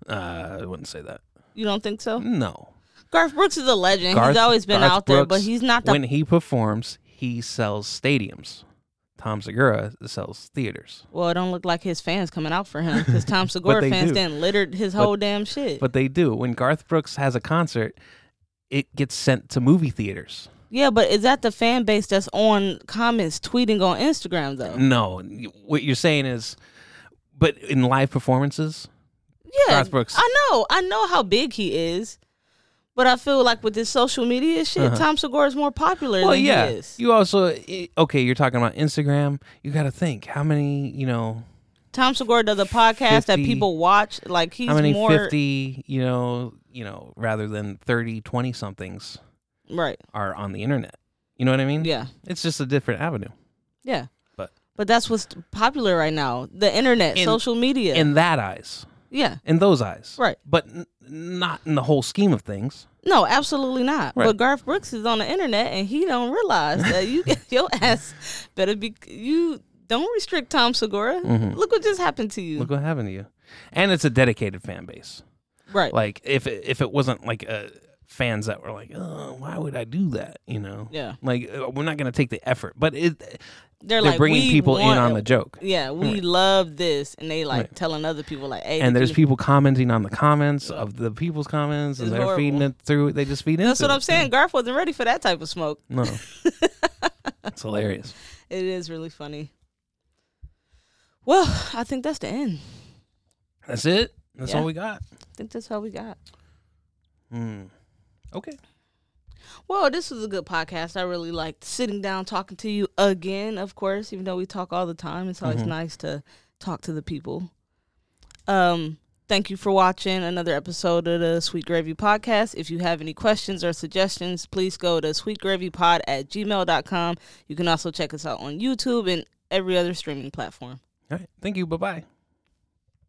Speaker 2: uh, I wouldn't say that
Speaker 3: You don't think so?
Speaker 2: no
Speaker 3: Garth Brooks is a legend.
Speaker 2: Mm. Garth-
Speaker 3: he's always been
Speaker 2: Garth
Speaker 3: out there, but
Speaker 2: Brooks,
Speaker 3: he's not the
Speaker 2: when he performs he sells stadiums Tom Segura sells theaters
Speaker 3: Well, it don't look like his fans coming out for him because Tom Segura
Speaker 2: they
Speaker 3: fans
Speaker 2: do.
Speaker 3: then littered his whole damn shit.
Speaker 2: but they do when Garth Brooks has a concert it gets sent to movie theaters
Speaker 3: yeah, but is that the fan base that's on comments tweeting on Instagram though?
Speaker 2: No, you- what you're saying is, but in live performances,
Speaker 3: yeah,
Speaker 2: Garth Brooks.
Speaker 3: I know, I know how big he is, but I feel like with this social media shit, Tom Segura is more popular
Speaker 2: Uh-huh. well,
Speaker 3: than
Speaker 2: yeah,
Speaker 3: he is.
Speaker 2: you also i- okay. You're talking about Instagram. You got to think how many, you know,
Speaker 3: Tom Segura does a podcast that
Speaker 2: 50
Speaker 3: people watch. Like he's
Speaker 2: how many
Speaker 3: more
Speaker 2: 50, you know, you know, rather than 30, 20 somethings
Speaker 3: right.
Speaker 2: are on the internet. You know what I mean?
Speaker 3: Yeah,
Speaker 2: It's just a different avenue.
Speaker 3: yeah.
Speaker 2: But-
Speaker 3: but that's what's popular right now: the internet,
Speaker 2: In-
Speaker 3: social media.
Speaker 2: In that eyes,
Speaker 3: yeah,
Speaker 2: in those eyes,
Speaker 3: Right.
Speaker 2: But n- not in the whole scheme of things.
Speaker 3: No, absolutely not.
Speaker 2: Right.
Speaker 3: But Garth Brooks is on the internet and he don't realize that you your ass better be you don't restrict Tom Segura. Look what just happened to you.
Speaker 2: Mm-hmm. Look what happened to you. And it's a dedicated fan base.
Speaker 3: right.
Speaker 2: like if it, if it wasn't like uh, fans that were like, oh, why would I do that? You know,
Speaker 3: Yeah.
Speaker 2: like uh, we're not gonna take the effort, but it
Speaker 3: they're
Speaker 2: they're
Speaker 3: like
Speaker 2: bringing
Speaker 3: we
Speaker 2: people in
Speaker 3: want-
Speaker 2: on the joke,
Speaker 3: Yeah, we love this and they like telling other people like hey
Speaker 2: and
Speaker 3: did
Speaker 2: there's
Speaker 3: you-
Speaker 2: people commenting on the comments of the people's comments, and
Speaker 3: It's
Speaker 2: they're feeding
Speaker 3: horrible.
Speaker 2: it through. They just feed into.
Speaker 3: That's what
Speaker 2: it.
Speaker 3: I'm saying. Garth wasn't ready for that type of smoke.
Speaker 2: No, it's hilarious.
Speaker 3: It is really funny. Well, I think that's the end.
Speaker 2: That's it. That's
Speaker 3: Yeah.
Speaker 2: all we got.
Speaker 3: I think that's all we got.
Speaker 2: Hmm. Okay.
Speaker 3: Well, this was a good podcast. I really liked sitting down talking to you again, of course, even though we talk all the time. It's always nice to talk to the people. Um, thank you for watching another episode of the Sweet Gravy Podcast. If you have any questions or suggestions, please go to sweetgravypod at gmail.com. You can also check us out on YouTube and every other streaming platform.
Speaker 2: All right. Thank you. Bye bye.